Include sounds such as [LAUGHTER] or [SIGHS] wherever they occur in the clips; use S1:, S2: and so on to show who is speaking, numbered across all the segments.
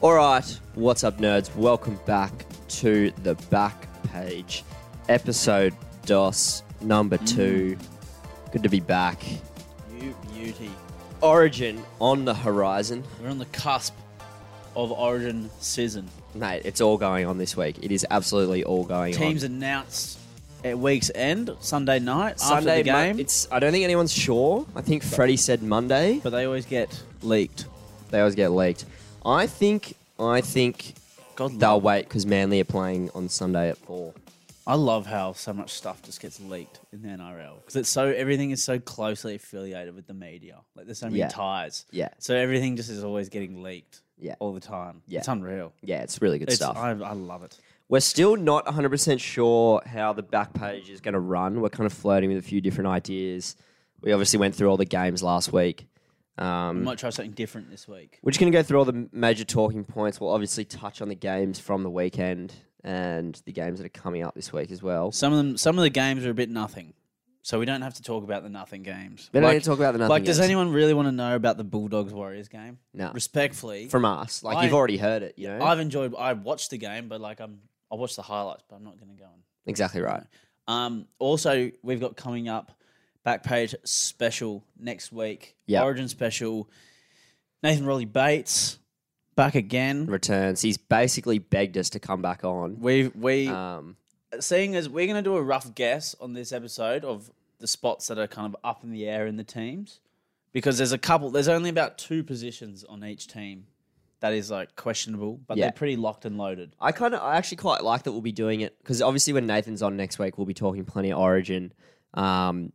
S1: All right, what's up, nerds? Welcome back to the back page episode DOS number
S2: Mm.
S1: two. Good to be back.
S2: You beauty.
S1: Origin on the horizon.
S2: We're on the cusp of Origin season.
S1: Mate, it's all going on this week. It is absolutely all going
S2: Teams
S1: on.
S2: announced at week's end, Sunday night, after the
S1: mo-
S2: game.
S1: it's. I don't think anyone's sure. I think Freddie said Monday.
S2: but they always get leaked.
S1: They always get leaked. I think. I think
S2: God,
S1: they'll
S2: love,
S1: wait because Manly are playing on Sunday at four.
S2: I love how so much stuff just gets leaked in the NRL because it's so everything is so closely affiliated with the media. Like there's so many
S1: Yeah.
S2: ties,
S1: Yeah,
S2: so everything just is always getting leaked.
S1: Yeah.
S2: all the time.
S1: Yeah.
S2: it's unreal.
S1: yeah. It's really good
S2: It's,
S1: stuff.
S2: I, I love it.
S1: We're still not 100% sure how the back page is going to run. We're kind of flirting with a few different ideas. We obviously went through all the games last week.
S2: I
S1: Um,
S2: might try something different this week.
S1: we're just going to go through all the m- major talking points. We'll obviously touch on the games from the weekend and the games that are coming up this week as well.
S2: Some of them, some of the games are a bit nothing, so we don't have to talk about the nothing games.
S1: We're not going
S2: Like-
S1: to talk about the nothing
S2: like, does
S1: games.
S2: anyone really want to know about the Bulldogs Warriors game?
S1: No.
S2: Respectfully,
S1: from us? Like
S2: I-
S1: you've already heard it, you know?
S2: I've enjoyed. I watched the game, but like I'm, I watched the highlights, but I'm not going to go on.
S1: exactly right.
S2: Um, also, we've got coming up Backpage special next week.
S1: Yep.
S2: Origin special. Nathan Rolly Bates back again.
S1: Returns. He's basically begged us to come back on.
S2: We we
S1: Um,
S2: seeing as we're going to do a rough guess on this episode of the spots that are kind of up in the air in the teams because there's a couple there's only about two positions on each team that is like questionable but
S1: Yeah.
S2: they're pretty locked and loaded
S1: I kind of, I actually quite like that we'll be doing it because obviously when Nathan's on next week, we'll be talking plenty of Origin. Um,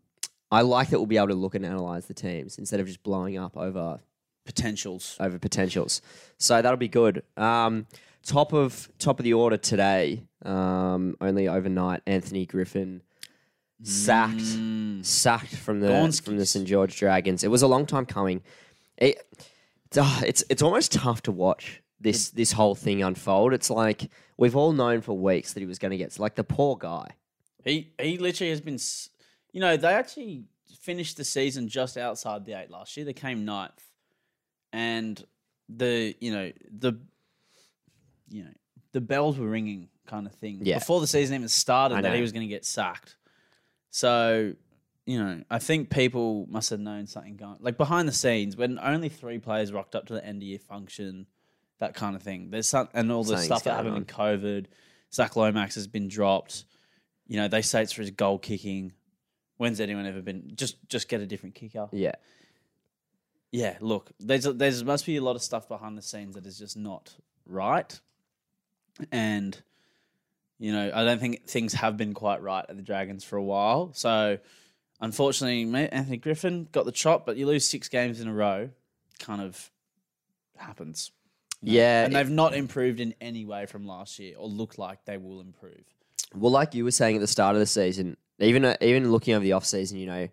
S1: I like that we'll be able to look and analyze the teams instead of just blowing up over
S2: potentials
S1: over potentials. So that'll be good. Um, top of top of the order today. Um, only overnight, Anthony Griffin sacked
S2: Mm. Hmm.
S1: sacked from the
S2: Gonskis.
S1: from the St George Dragons. It was a long time coming. It, it's, ah, it's it's almost tough to watch this this whole thing unfold. It's like we've all known for weeks that he was going to get like the poor guy.
S2: he he literally has been s- you know they actually finished the season just outside the 8 last year they came ninth and the you know the you know the bells were ringing kind of thing
S1: Yeah.
S2: before the season even started
S1: I
S2: that
S1: know.
S2: he was going to get sacked so you know i think people must have known something going like behind the scenes when only three players rocked up to the end of year function that kind of thing there's some and all the
S1: Something's
S2: stuff that
S1: going
S2: happened in covid zach lomax has been dropped you know they say it's for his goal kicking when's anyone ever been just just get a different kicker
S1: Yeah,
S2: yeah, look, there's there's must be a lot of stuff behind the scenes that is just not right, and you know I don't think things have been quite right at the Dragons for a while. So unfortunately, mate, Anthony Griffin got the chop, but you lose six games in a row, kind of happens.
S1: yeah.
S2: And they've not improved in any way from last year, or look like they will improve.
S1: Well, like you were saying at the start of the season, even uh, even looking over the off season, you know,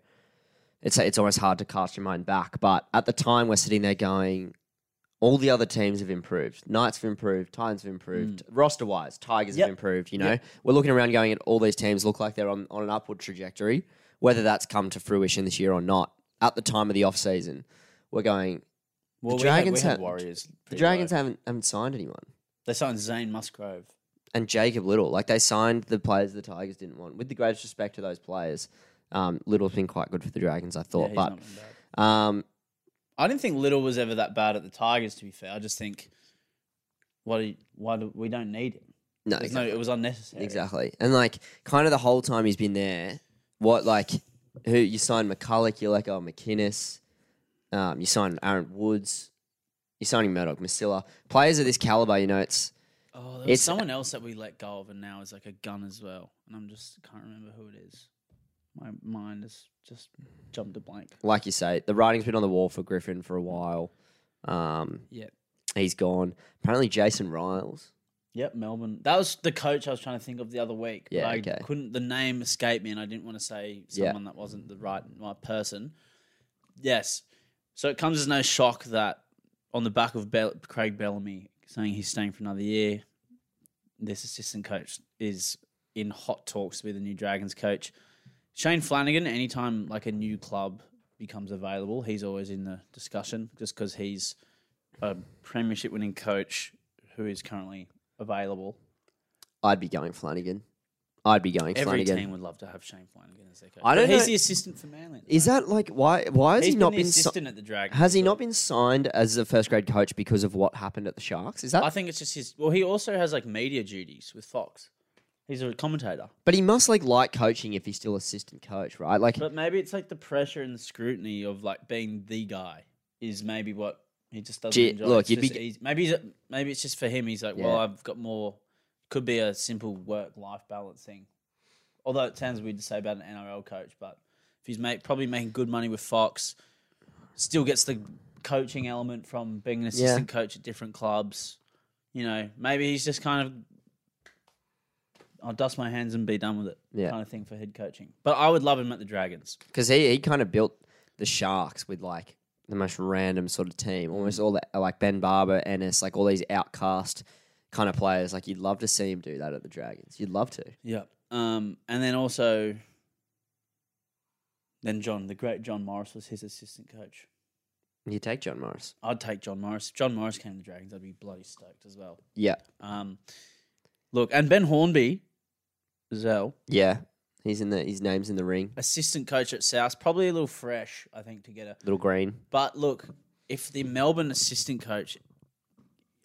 S1: it's it's almost hard to cast your mind back. But at the time, we're sitting there going, all the other teams have improved. Knights have improved. Titans have improved. Roster wise, Tigers
S2: Mm. Yep.
S1: have improved. You know, we're looking around going, at all these teams look like they're on on an upward trajectory. Whether that's come to fruition this year or not, at the time of the off season, we're going.
S2: Well,
S1: The
S2: we had-
S1: Dragons
S2: we had,
S1: had-
S2: Warriors.
S1: The
S2: pretty
S1: Dragons
S2: low.
S1: haven't haven't signed anyone.
S2: they signed Zane Musgrove.
S1: and Jacob Little. Like they signed the players the Tigers didn't want. With the greatest respect to those players, um, Little's been quite good for the Dragons, I
S2: Yeah,
S1: thought.
S2: he's not been bad.
S1: but um,
S2: I didn't think Little was ever that bad at the Tigers. To be fair, I just think why do, why do, we don't need him.
S1: no,
S2: There's
S1: exactly,
S2: No, it was unnecessary.
S1: exactly. And like kind of the whole time he's been there, what like who you signed McCulloch, you're like oh McInnes, um, you signed Aaron Woods, you're signing Murdoch, Masilla, players of this caliber. You know, it's
S2: Oh, there was
S1: It's-
S2: someone else that we let go of, and now is like a gun as well. And I'm just can't remember who it is. My mind has just jumped a blank.
S1: like you say, the writing's been on the wall for Griffin for a while. Um,
S2: Yeah.
S1: he's gone. Apparently, Jason Riles.
S2: Yep, Melbourne. That was the coach I was trying to think of the other week. but
S1: Yeah,
S2: I
S1: okay.
S2: couldn't. The name escaped me, and I didn't want to say
S1: Yeah.
S2: someone that wasn't the right my person. Yes, so it comes as no shock that on the back of Bell, Craig Bellamy saying he's staying for another year, this assistant coach is in hot talks with the new Dragons coach, Shane Flanagan. Anytime like a new club becomes available, he's always in the discussion just because he's a premiership winning coach who is currently available.
S1: I'd be going Flanagan. I'd be going
S2: Every
S1: Flanagan.
S2: team would love to have Shane Flanagan as their coach.
S1: I
S2: But
S1: don't
S2: He's
S1: know-
S2: the assistant for Manly.
S1: Is that like why? Why has
S2: He's
S1: he not
S2: the
S1: been? si-
S2: assistant at the Dragons?
S1: has he
S2: so-
S1: not been signed as a first grade coach because of what happened at the Sharks? Is that?
S2: I think it's just his. Well, he also has like media duties with Fox. He's a commentator,
S1: but he must like like coaching if he's still assistant coach, right? Like,
S2: but maybe it's like the pressure and scrutiny of like being the guy is maybe what he just doesn't
S1: Gee,
S2: enjoy.
S1: look,
S2: It's
S1: you'd be
S2: just eas- maybe he's, maybe it's just for him. He's like,
S1: Yeah.
S2: well, I've got more. Could be a simple work life balance thing. Although it sounds weird to say about an NRL coach, but if he's make, probably making good money with Fox, still gets the coaching element from being an assistant coach at different clubs. You know, maybe he's just kind of I'll dust my hands and be done with it.
S1: Yeah.
S2: Kind of thing for head coaching. But I would love him at the Dragons.
S1: because he, he kind of built the Sharks with like the most random sort of team, almost all the like Ben Barber, Ennis, like all these outcast kind of players. Like you'd love to see him do that at the Dragons. You'd love to.
S2: Yeah. Um, and then also then John, the great John Morris was his assistant coach.
S1: You take John Morris.
S2: I'd take John Morris. If John Morris came to the Dragons, I'd be bloody stoked as well.
S1: Yeah,
S2: Um, look, and Ben Hornby as well.
S1: yeah. He's in the his name's in the ring.
S2: Assistant coach at South, probably a little fresh, I think, to get a
S1: Little green.
S2: But look, if the Melbourne assistant coach,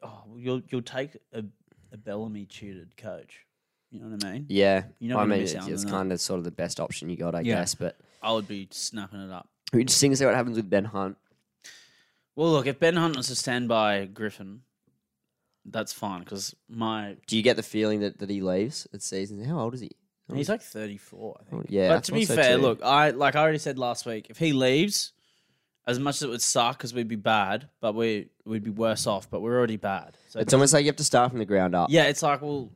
S2: oh, you'll you'll take a, a Bellamy tutored coach. You know what I mean?
S1: Yeah,
S2: You're not
S1: I
S2: gonna
S1: mean
S2: miss
S1: it's,
S2: out on
S1: it's
S2: that.
S1: kind of sort of the best option you got, I
S2: Yeah.
S1: guess. But
S2: I would be snapping it up.
S1: we just seeing to see what happens with Ben Hunt.
S2: Well, look, if Ben Hunt was to stand by Griffin, that's fine because my
S1: Do you get the feeling that, that he leaves at season? How old is he? Oh,
S2: he's like thirty four. I think.
S1: oh, yeah, I
S2: but to
S1: thought
S2: be
S1: so
S2: fair,
S1: too.
S2: look, I like I already said last week, if he leaves, as much as it would suck because we'd be bad, but we we'd be worse off. But we're already bad. So
S1: it's almost like you have to start from the ground up.
S2: Yeah, it's like, well,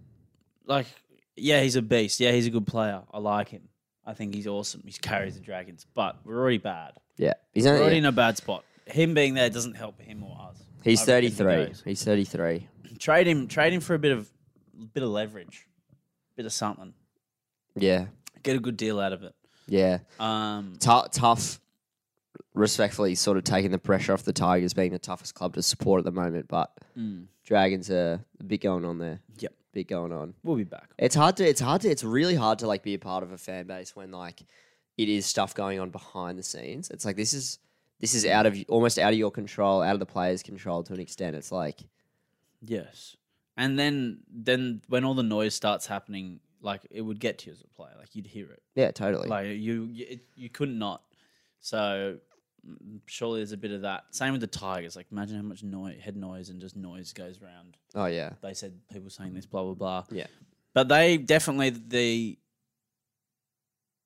S2: like, yeah, he's a beast. Yeah, he's a good player. I like him. I think he's awesome. He carries the Dragons, but we're already bad.
S1: yeah. He's
S2: We're already
S1: only,
S2: in a bad spot. Him being there doesn't help him or us.
S1: he's
S2: I reckon
S1: thirty
S2: he
S1: three.
S2: goes.
S1: He's thirty three.
S2: Trade him. Trade him for a bit of, bit of leverage, bit of something.
S1: Yeah,
S2: Get a good deal out of it.
S1: yeah.
S2: Um,
S1: Tou- tough. Respectfully, sort of taking the pressure off the Tigers being the toughest club to support at the moment, but
S2: mm,
S1: Dragons are a bit going on there.
S2: Yep.
S1: bit going on.
S2: we'll be back.
S1: It's hard to it's hard to it's really hard to like be a part of a fan base when like it is stuff going on behind the scenes. It's like this is this is out of almost out of your control, out of the players' control to an extent. It's like
S2: Yes. And then, then when all the noise starts happening, like it would get to you as a player. Like you'd hear it.
S1: yeah, totally.
S2: Like you, you, it- you couldn't not. So mm, surely there's a bit of that. Same with the Tigers. Like imagine how much noise, head noise, and just noise goes around.
S1: oh yeah,
S2: They said people saying this, blah blah blah.
S1: Yeah.
S2: but they definitely the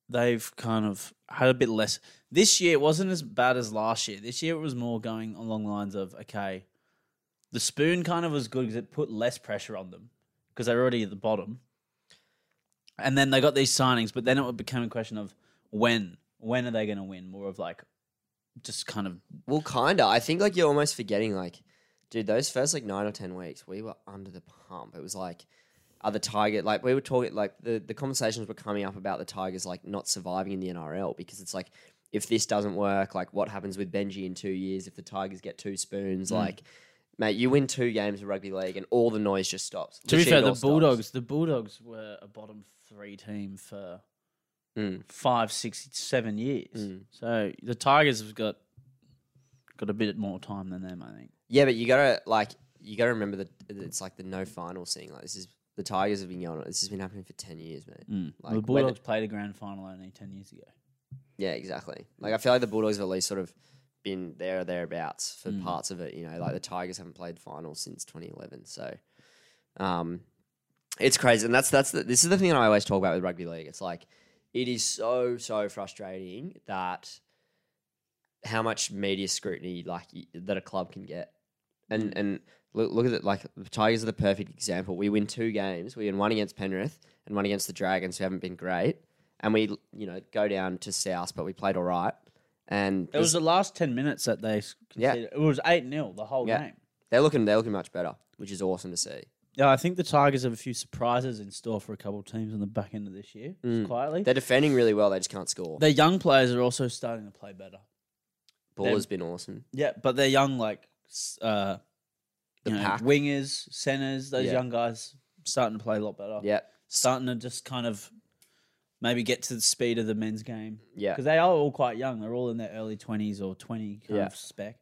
S2: they've kind of had a bit less this year. It wasn't as bad as last year. This year it was more going along the lines of okay, the spoon kind of was good because it put less pressure on them because they were already at the bottom. And then they got these signings, but then it became a question of when. When are they going to win? More of like, just kind of
S1: well, kinda. I think like you're almost forgetting like, dude, those first like nine or ten weeks, we were under the pump. It was like. Are the Tiger like we were talking like the, the conversations were coming up about the Tigers like not surviving in the NRL because it's like if this doesn't work, like what happens with Benji in two years if the Tigers get two spoons,
S2: Hmm.
S1: like mate, you win two games of rugby league and all the noise just stops.
S2: To be
S1: Literally,
S2: fair,
S1: it
S2: the
S1: all stops.
S2: Bulldogs, the Bulldogs were a bottom three team for
S1: Mm.
S2: five, six, seven years.
S1: Mm.
S2: So the Tigers have got got a bit more time than them, I think.
S1: Yeah, but you gotta like you gotta remember that it's like the no final thing. Like this is the Tigers have been going on. This has been happening for ten years, mate. Like,
S2: Mm. the
S1: when-
S2: Bulldogs played a grand final only ten years ago.
S1: Yeah, exactly. Like I feel like the Bulldogs have at least sort of been there or thereabouts for parts of it. You know, like the Tigers haven't played finals since 2011, so um, it's crazy. And that's that's the, this is the thing that I always talk about with rugby league. It's like it is so so frustrating that how much media scrutiny like y- that a club can get, and and look, look at it like the Tigers are the perfect example. We win two games. We win one against Penrith and one against the Dragons, who haven't been great. And we, you know, go down to South, but we played all right. And
S2: It was the last ten minutes that they s-
S1: Yeah.
S2: conceded. It was eight 0 the whole
S1: Yeah.
S2: game.
S1: they're looking they're looking much better, which is awesome to see.
S2: Yeah, I think the Tigers have a few surprises in store for a couple of teams on the back end of this year. just
S1: Mm.
S2: Quietly,
S1: They're defending really well. They just can't score.
S2: their young players are also starting to play better.
S1: Ball has been awesome.
S2: Yeah, but they're young, like s- uh,
S1: the
S2: you know,
S1: pack.
S2: wingers, centers, those
S1: Yeah.
S2: young guys starting to play a lot better.
S1: yeah,
S2: Starting to just kind of maybe get to the speed of the men's game.
S1: yeah,
S2: Because they are all quite young. They're all in their early 20s or 20 kind
S1: Yeah.
S2: of spec.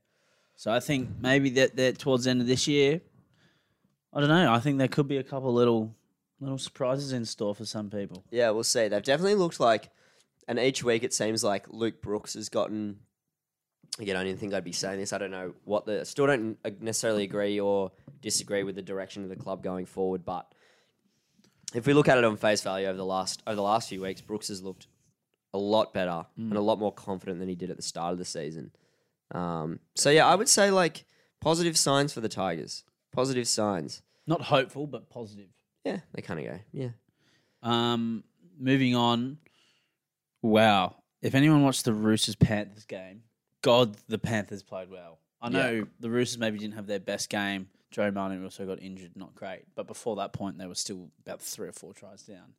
S2: So I think maybe that, that towards the end of this year, I don't know. I think there could be a couple little little surprises in store for some people.
S1: yeah. We'll see. They've definitely looked like, and each week it seems like Luke Brooks has gotten. Again, I didn't think I'd be saying this. I don't know what the. Still don't uh, necessarily agree or disagree with the direction of the club going forward, but if we look at it on face value over the last over the last few weeks, Brooks has looked a lot better and a lot more confident than he did at the start of the season. Um, so yeah, I would say like positive signs for the Tigers. Positive signs.
S2: Not hopeful, but positive.
S1: Yeah, they kind of go. Yeah,
S2: Um, moving on. Wow. If anyone watched the Roosters Panthers game, God, the Panthers played well. I
S1: Yeah.
S2: know the Roosters maybe didn't have their best game. Joe Martin also got injured, not great. But before that point, they were still about three or four tries down.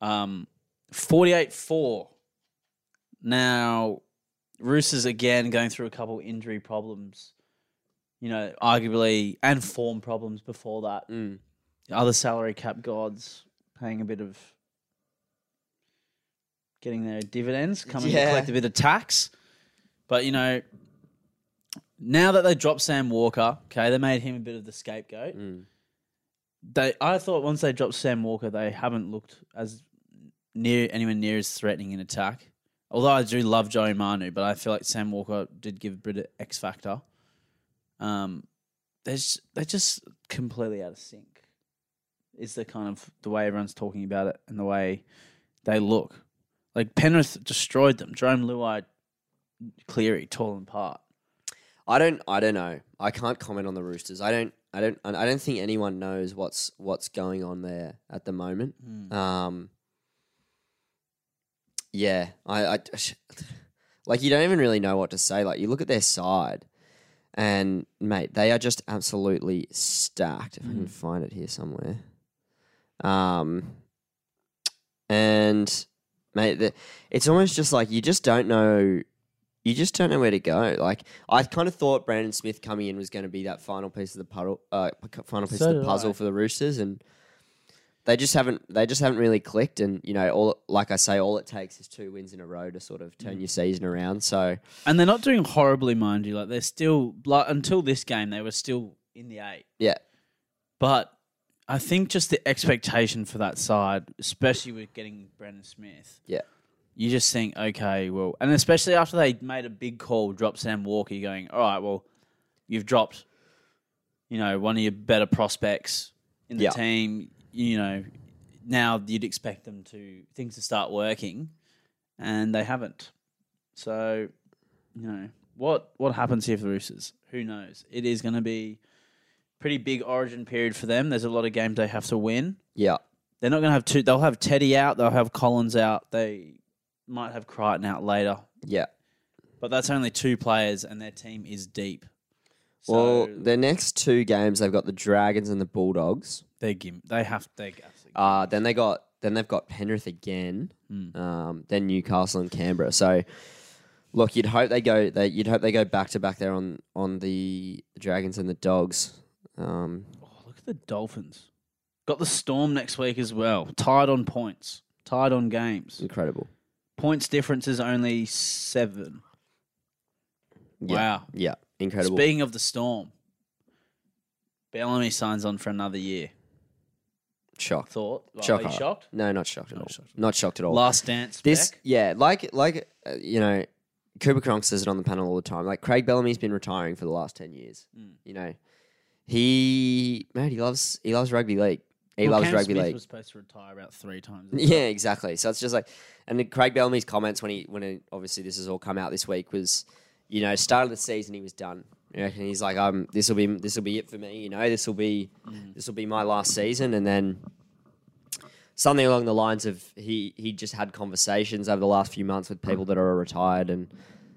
S2: Um, 48 4. Now, Roosters again going through a couple injury problems, you know, arguably, and form problems before that
S1: mm.
S2: other salary cap gods paying a bit of getting their dividends, coming
S1: Yeah.
S2: to collect a bit of tax. But you know, now that they dropped Sam Walker, okay, they made him a bit of the scapegoat.
S1: Mm.
S2: They, I thought once they dropped Sam Walker, they haven't looked as near anywhere near as threatening in attack. Although I do love Joey Manu, but I feel like Sam Walker did give a bit of X factor. Um, they're just, they're just completely out of sync. Is the kind of the way everyone's talking about it and the way they look. Like Penrith destroyed them. Jerome Luai, Cleary, tall and part.
S1: I don't. I don't know. I can't comment on the Roosters. I don't. I don't. I don't think anyone knows what's what's going on there at the moment. Um, yeah, I, [SIGHS] I like you don't even really know what to say. Like you look at their side, and mate, they are just absolutely stacked. If I can find it here somewhere, um, and mate, the, it's almost just like you just don't know. You just don't know where to go. Like I kind of thought Brandon Smith coming in was going to be that final piece of the puddle, uh, p- final piece
S2: So
S1: of the
S2: did
S1: puzzle
S2: I.
S1: for the Roosters, and they just haven't they just haven't really clicked and you know all like i say all it takes is two wins in a row to sort of
S2: Hmm.
S1: turn your season around so
S2: And they're not doing horribly, mind you. Like they're still like until this game, they were still in the eight.
S1: yeah
S2: But I think just the expectation for that side, especially with getting Brandon Smith.
S1: Yeah.
S2: You just think, okay, well, and especially after they made a big call, drop Sam Walker, you're going, all right, well, you've dropped, you know, one of your better prospects in the
S1: Yeah.
S2: team. You know, now you'd expect them to things to start working, and they haven't. So, you know, what what happens here for the Roosters? Who knows? It is going to be pretty big origin period for them. There's a lot of games they have to win.
S1: yeah
S2: They're not going to have two. They'll have Teddy out. They'll have Collins out. They might have Crichton out later.
S1: yeah
S2: But that's only two players, and their team is deep. So
S1: well their next two games they've got the dragons and the bulldogs
S2: they gim- they have they gas.
S1: uh then they got then they've got penrith again
S2: Mm.
S1: um then newcastle and canberra so look you'd hope they go they you'd hope they go back to back there on on the dragons and the dogs um
S2: Oh, look at the Dolphins. Got the Storm next week as well. Tied on points. Tied on games.
S1: incredible
S2: Points difference is only seven.
S1: yeah
S2: Wow.
S1: yeah incredible
S2: Speaking of the Storm, Bellamy signs on for another year.
S1: shocked
S2: Thought. Like,
S1: Shock
S2: are you
S1: horror.
S2: shocked?
S1: no not shocked at
S2: Not
S1: all
S2: shocked at
S1: not shocked at all
S2: Last dance.
S1: This,
S2: Beck?
S1: yeah, like like uh, you know, Cooper Cronk says it on the panel all the time. Like Craig Bellamy's been retiring for the last ten years.
S2: Mm.
S1: You know, he man, he loves he loves rugby league. He
S2: Well,
S1: loves
S2: Cam
S1: rugby
S2: Smith
S1: league.
S2: Was supposed to retire about three times.
S1: [LAUGHS] Yeah, exactly. So it's just like, and then Craig Bellamy's comments when he when he, obviously this has all come out this week was, you know, start of the season he was done. You reckon he's like, um, this will be this will be it for me. You know, this will be this will be my last season, and then something along the lines of he he just had conversations over the last few months with people that are retired and.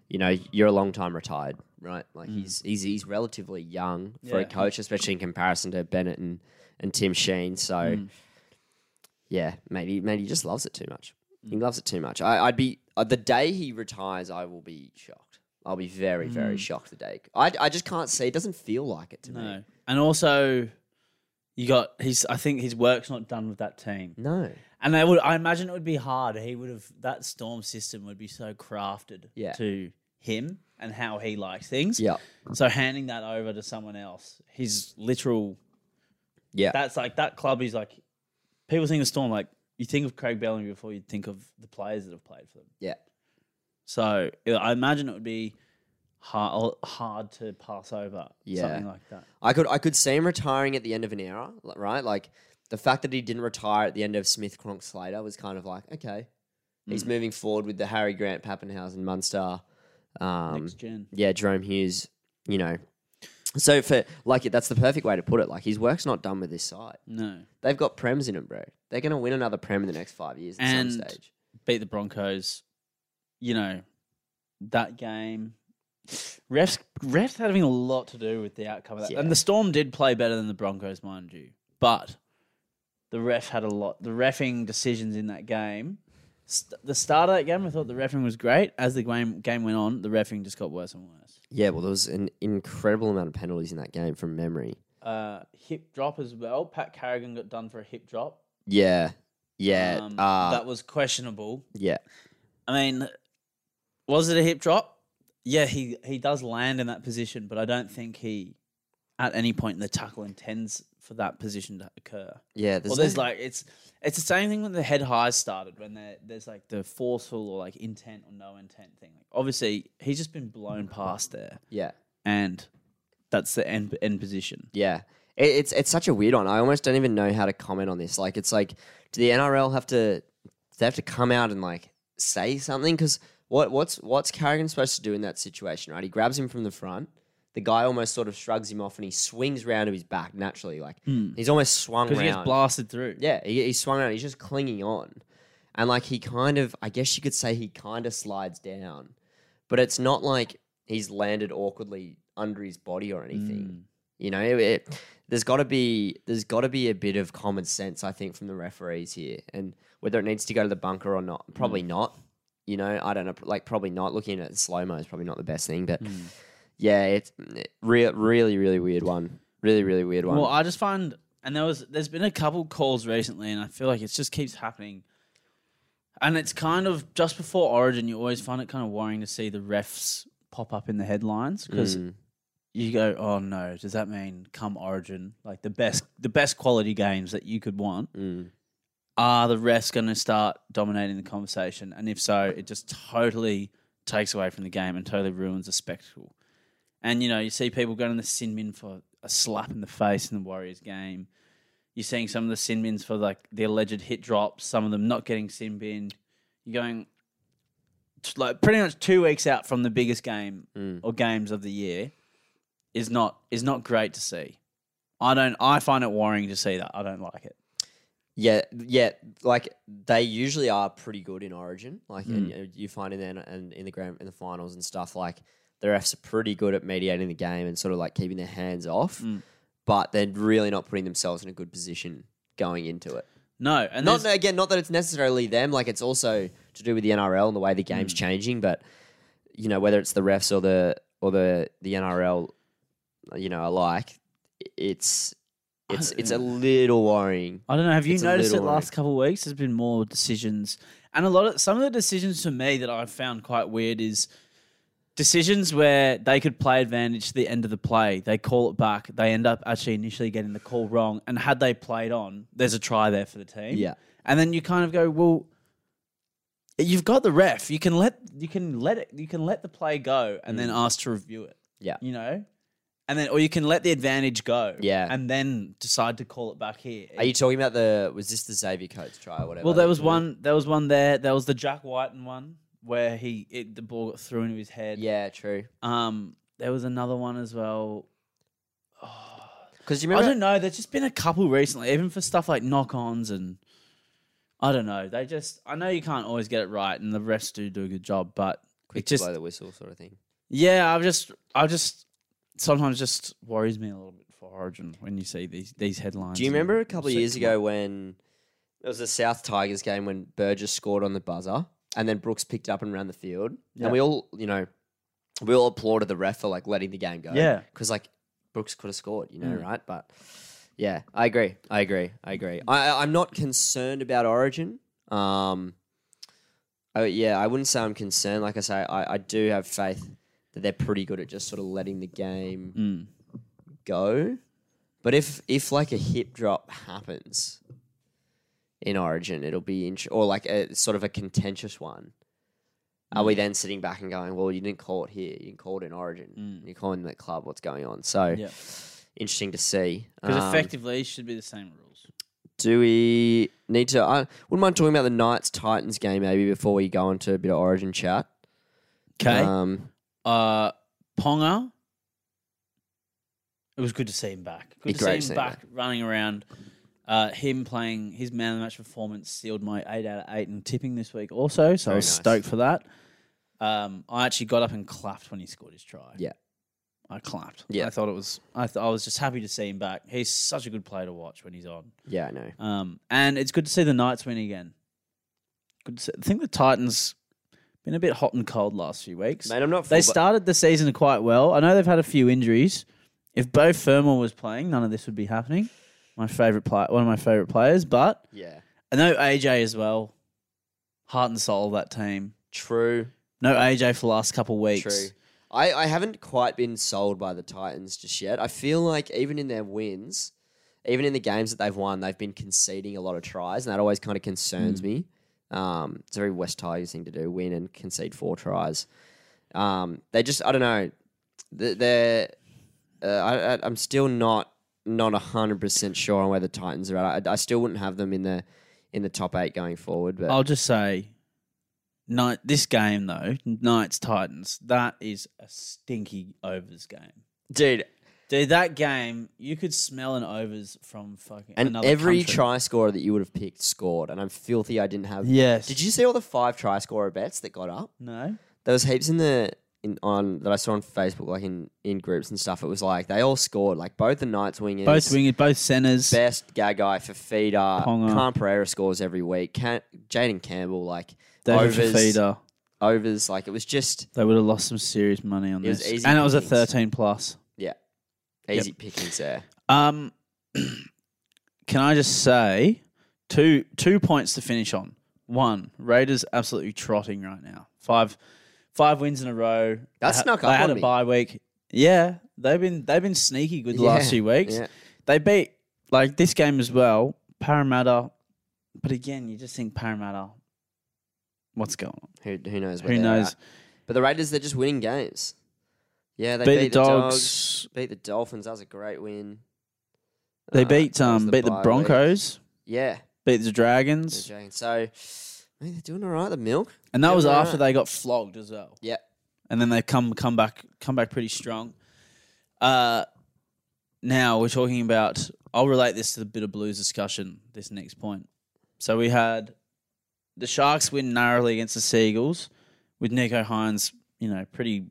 S1: You know, you're a long time retired, right? Like he's he's he's relatively young for a
S2: Yeah.
S1: coach, especially in comparison to Bennett and, and Tim Sheen. So, yeah, maybe maybe he just loves it too much. He loves it too much. I, I'd be uh, the day he retires, I will be shocked. I'll be very, very shocked the day. I, I just can't see. It doesn't feel like it to me.
S2: No, and also you got he's. I think his work's not done with that team,
S1: No.
S2: and I would. I imagine it would be hard. He would have that storm system would be so crafted
S1: Yeah.
S2: to him and how he likes things.
S1: Yeah.
S2: So handing that over to someone else, his literal
S1: Yeah.
S2: that's like that club is like people think of Storm like you think of Craig Bellamy before you think of the players that have played for them.
S1: yeah.
S2: So yeah, I imagine it would be hard, hard to pass over
S1: Yeah.
S2: something like that.
S1: I could I could see him retiring at the end of an era, li- right? Like the fact that he didn't retire at the end of Smith Cronk Slater was kind of like, okay. He's moving forward with the Harry Grant Pappenhausen Munster. Um,
S2: Next gen.
S1: yeah, Jerome Hughes, you know. So for like that's the perfect way to put it. Like his work's not done with this side.
S2: No.
S1: They've got prems in them, bro. They're gonna win another prem in the next five years at some
S2: And-
S1: stage.
S2: Beat the Broncos. You know, that game. Refs refs having a lot to do with the outcome of that.
S1: Yeah.
S2: And the Storm did play better than the Broncos, mind you. But the ref had a lot. The refing decisions in that game. St- the start of that game, I thought the refing was great. As the game game went on, the refing just got worse and worse.
S1: Yeah, well there was an incredible amount of penalties in that game from memory.
S2: Uh, hip drop as well. Pat Carrigan got done for a hip drop.
S1: Yeah. Yeah.
S2: Um,
S1: uh,
S2: that was questionable.
S1: yeah.
S2: I mean, was it a hip drop? Yeah, he he does land in that position, but I don't think he, at any point in the tackle, intends for that position to occur.
S1: Yeah.
S2: Well, there's
S1: no-
S2: like it's it's the same thing when the head high started when there there's like the forceful or like intent or no intent thing. Like, obviously, he's just been blown past there,
S1: Yeah.
S2: and that's the end end position.
S1: Yeah. It, it's it's such a weird one. I almost don't even know how to comment on this. Like it's like do the NRL have to do they have to come out and like say something cuz what what's what's Carrigan supposed to do in that situation, right? He grabs him from the front. The guy almost sort of shrugs him off and he swings round to his back naturally like he's almost swung
S2: Because
S1: round.
S2: Hmm. he gets blasted through.
S1: Yeah, he, he swung around. He's just clinging on. And like he kind of, I guess you could say he kind of slides down, but it's not like he's landed awkwardly under his body or
S2: Mm.
S1: anything. You know, it, it- there's got to be there's got to be a bit of common sense, I think, from the referees here, and whether it needs to go to the bunker or not, probably
S2: Mm.
S1: not. You know, I don't know, like probably not. Looking at slow mo is probably not the best thing, but
S2: Mm.
S1: yeah, it's it, re- really, really weird one. Really, really weird one.
S2: Well, I just find, and there was, there's been a couple calls recently, and I feel like it just keeps happening. And it's kind of just before Origin, you always find it kind of worrying to see the refs pop up in the headlines because
S1: Mm.
S2: you go, "Oh no, does that mean come Origin, like the best, the best quality games that you could want,
S1: Mm.
S2: are the refs going to start dominating the conversation? And if so, it just totally takes away from the game and totally ruins the spectacle. And you know, you see people going to the sin min for a slap in the face in the Warriors game. You're seeing some of the sin bins for like the alleged hit drops. Some of them not getting sin binned. You're going t- like pretty much two weeks out from the biggest game
S1: Mm.
S2: or games of the year is not is not great to see. I don't. I find it worrying to see that. I don't like it.
S1: Yeah, yeah. Like they usually are pretty good in Origin. Like
S2: Mm.
S1: and, you- you find in there and in the grand in the finals and stuff. Like the refs are pretty good at mediating the game and sort of like keeping their hands off,
S2: Mm.
S1: but they're really not putting themselves in a good position going into it.
S2: No, and
S1: Not
S2: there's-
S1: that- again, not that it's necessarily them. Like it's also to do with the NRL and the way the
S2: Mm.
S1: game's changing. But you know whether it's the refs or the or the the NRL, you know, alike, it's it's it's a little worrying.
S2: I don't know. Have you
S1: It's a
S2: noticed it
S1: little
S2: last couple of weeks? There's been more decisions, and a lot of some of the decisions for me that I've found quite weird is decisions where they could play advantage to the end of the play. They call it back. They end up actually initially getting the call wrong, and had they played on, there's a try there for the team.
S1: Yeah.
S2: and then you kind of go, well, you've got the ref. You can let you can let it you can let the play go, and then ask to review it.
S1: Mm. Yeah.
S2: you know. And then, or you can let the advantage go,
S1: Yeah.
S2: and then decide to call it back here.
S1: Are you talking about the? Was this the Xavier Coates try or whatever?
S2: Well, there
S1: they
S2: was
S1: called it?
S2: one. There was one there. There was the Jack Whiten one where he it, the ball got through into his head.
S1: Yeah, true.
S2: Um. There was another one as well.
S1: Because you
S2: I
S1: remember,
S2: don't know. There's just been a couple recently, even for stuff like knock-ons and I don't know. They just. I know you can't always get it right, and the refs do do a good job, but
S1: quick
S2: it just.
S1: blow the whistle sort of thing.
S2: Yeah, I've just. I just sometimes just worries me a little bit for Origin when you see these these headlines.
S1: Do you
S2: and
S1: remember a couple of
S2: shit
S1: years
S2: come up.
S1: ago when it was the South Tigers game when Burgess scored on the buzzer and then Brooks picked up and ran the field
S2: Yeah.
S1: and we all, you know, we all applauded the ref for like letting the game go.
S2: Yeah.
S1: because like Brooks could have scored, you know,
S2: Mm.
S1: right? But yeah, I agree. I agree. I agree. I, I- I'm not concerned about Origin. Um, I, yeah, I wouldn't say I'm concerned. Like I say, I, I do have faith that they're pretty good at just sort of letting the game
S2: Mm.
S1: go. But if if like a hip drop happens in Origin, it'll be int- or like a sort of a contentious one. Are we then sitting back and going, well, you didn't call it here, you called it in Origin,
S2: Mm.
S1: you're calling that club, what's going on? So
S2: Yeah.
S1: interesting to see.
S2: Because
S1: Um,
S2: effectively, it should be the same rules.
S1: do we need to? I wouldn't mind talking about the Knights Titans game maybe before we go into a bit of Origin chat.
S2: Okay.
S1: Um,
S2: uh, Ponga. It was good to see him back.
S1: Be
S2: Good to
S1: great
S2: see
S1: seeing
S2: him back running around. Uh, him playing his man of the match performance sealed my eight out of eight in tipping this week also. So
S1: Very
S2: I was
S1: nice.
S2: stoked for that. Um, I actually got up and clapped when he scored his try.
S1: Yeah.
S2: I clapped.
S1: Yeah.
S2: I thought it was. I th- I was just happy to see him back. He's such a good player to watch when he's on.
S1: yeah, I know.
S2: Um, and it's good to see the Knights win again. Good. To see, I think the Titans been a bit hot and cold last few weeks.
S1: Mate, I'm not.
S2: They
S1: full-
S2: started the season quite well. I know they've had a few injuries. If Bo Fermor was playing, none of this would be happening. My favorite player, one of my favorite players, but
S1: Yeah,
S2: I know AJ as well. Heart and soul of that team.
S1: true.
S2: No AJ for the last couple weeks.
S1: True. I, I haven't quite been sold by the Titans just yet. I feel like even in their wins, even in the games that they've won, they've been conceding a lot of tries, and that always kind of concerns me. Um, it's a very West Tigers thing to do, win and concede four tries. Um, they just, I don't know. Th- They're, uh, I, I, I'm still not not hundred percent sure on where the Titans are at. I, I still wouldn't have them in the in the top eight going forward. But
S2: I'll just say, night this game though, Knights Titans. That is a stinky overs game.
S1: dude,
S2: Dude, that game you could smell an overs from fucking
S1: and
S2: another
S1: every
S2: country.
S1: try scorer that you would have picked scored, and I'm filthy. I didn't have
S2: Yes.
S1: Did you see all the five try scorer bets that got up?
S2: No.
S1: There was heaps in the in on that I saw on Facebook, like in in groups and stuff. It was like they all scored, like both the Knights wingers,
S2: Both wingers, both centers.
S1: best Gagai for feeder,
S2: Ponga.
S1: Khan Pereira scores every week, Can, Jaden Campbell like
S2: David
S1: overs,
S2: Fafita.
S1: overs, like it was just
S2: They would have lost some serious money on
S1: It was
S2: this.
S1: easy
S2: and it was a
S1: pickings.
S2: 13 plus. Yep.
S1: easy pickings there.
S2: Um, [CLEARS THROAT] can I just say two two points to finish on. One, Raiders absolutely trotting right now. Five five wins in a row.
S1: That
S2: They ha-
S1: snuck
S2: they
S1: up
S2: had
S1: on
S2: a
S1: me.
S2: bye week. Yeah, they've been they've been sneaky good the
S1: Yeah,
S2: last few weeks.
S1: yeah.
S2: They beat like this game as well, Parramatta. But again, you just think Parramatta. What's going on?
S1: Who who knows? Where
S2: Who
S1: they're
S2: knows?
S1: at. But the Raiders, they're just winning games. Yeah, they
S2: beat,
S1: beat,
S2: the dogs.
S1: beat the Dolphins. That was a great win.
S2: They
S1: Uh,
S2: beat
S1: that was
S2: um beat the
S1: bye week.
S2: Broncos,
S1: Yeah,
S2: beat the
S1: the
S2: Dragons,
S1: Dragons. So mate, they're doing all right. The milk.
S2: and that
S1: Yeah,
S2: was
S1: they're
S2: after
S1: right.
S2: they got flogged as well.
S1: Yeah.
S2: And then they come come back come back pretty strong. Uh now we're talking about I'll relate this to the bit of blues discussion, this next point. So we had the Sharks win narrowly against the Seagulls with Nico Hines, you know, pretty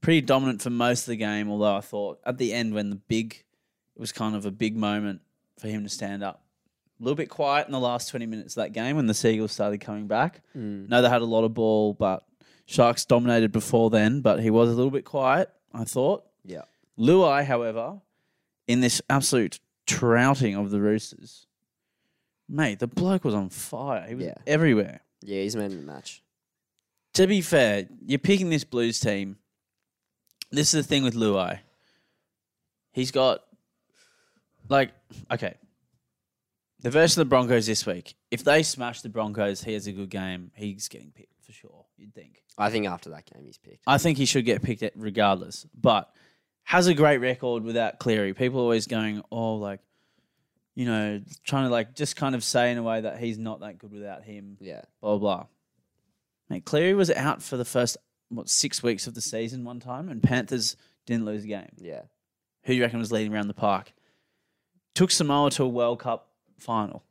S2: pretty dominant for most of the game, although I thought at the end when the big it was kind of a big moment for him to stand up. A little bit quiet in the last 20 minutes of that game when the Seagulls started coming back.
S1: Mm.
S2: No, they had a lot of ball, but Sharks dominated before then, but he was a little bit quiet, I thought.
S1: Yeah.
S2: Luai, however, in this absolute trouting of the Roosters, mate, the bloke was on fire. He was
S1: Yeah.
S2: everywhere.
S1: Yeah, he's man of the match.
S2: To be fair, you're picking this Blues team. This is the thing with Luai. He's got, like, okay. The version of the Broncos this week. If they smash the Broncos, he has a good game. He's getting picked for sure. You'd think.
S1: I think after that game, he's picked.
S2: I think he should get picked at regardless. But has a great record without Cleary. People are always going, oh, like, you know, trying to like just kind of say in a way that he's not that good without him
S1: Yeah,
S2: blah blah. Mate, Cleary was out for the first what six weeks of the season one time, and Panthers didn't lose a game.
S1: yeah,
S2: Who do you reckon was leading around the park? Took Samoa to a World Cup final.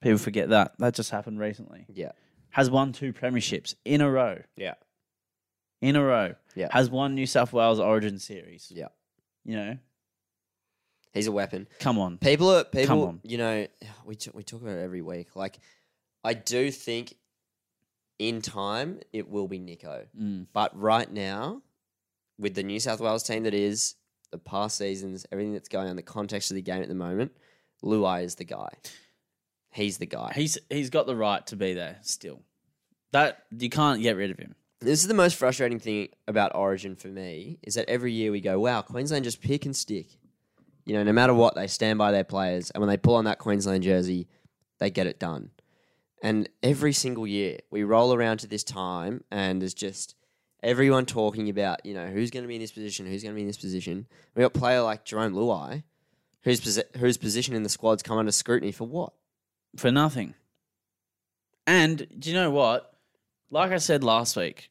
S2: People forget that that just happened recently.
S1: yeah,
S2: Has won two premierships in a row.
S1: Yeah.
S2: in a row.
S1: Yeah.
S2: has won New South Wales Origin series.
S1: yeah.
S2: You know,
S1: He's a weapon.
S2: come on.
S1: People are people.
S2: Come on.
S1: You know, we t- we talk about it every week. Like, I do think in time it will be Nico.
S2: Mm.
S1: But right now, with the New South Wales team that is, the past seasons, everything that's going on, the context of the game at the moment, Luai is the guy. He's the guy.
S2: He's he's got the right to be there still. That you can't get rid of him.
S1: this is the most frustrating thing about Origin for me is that every year we go, wow, Queensland just pick and stick. You know, no matter what, they stand by their players, and when they pull on that Queensland jersey, they get it done. And every single year, we roll around to this time, and there's just everyone talking about, you know, who's going to be in this position, who's going to be in this position. We got a player like Jerome Luai, whose posi- whose position in the squad's come under scrutiny for what?
S2: for nothing. And do you know what? Like I said last week,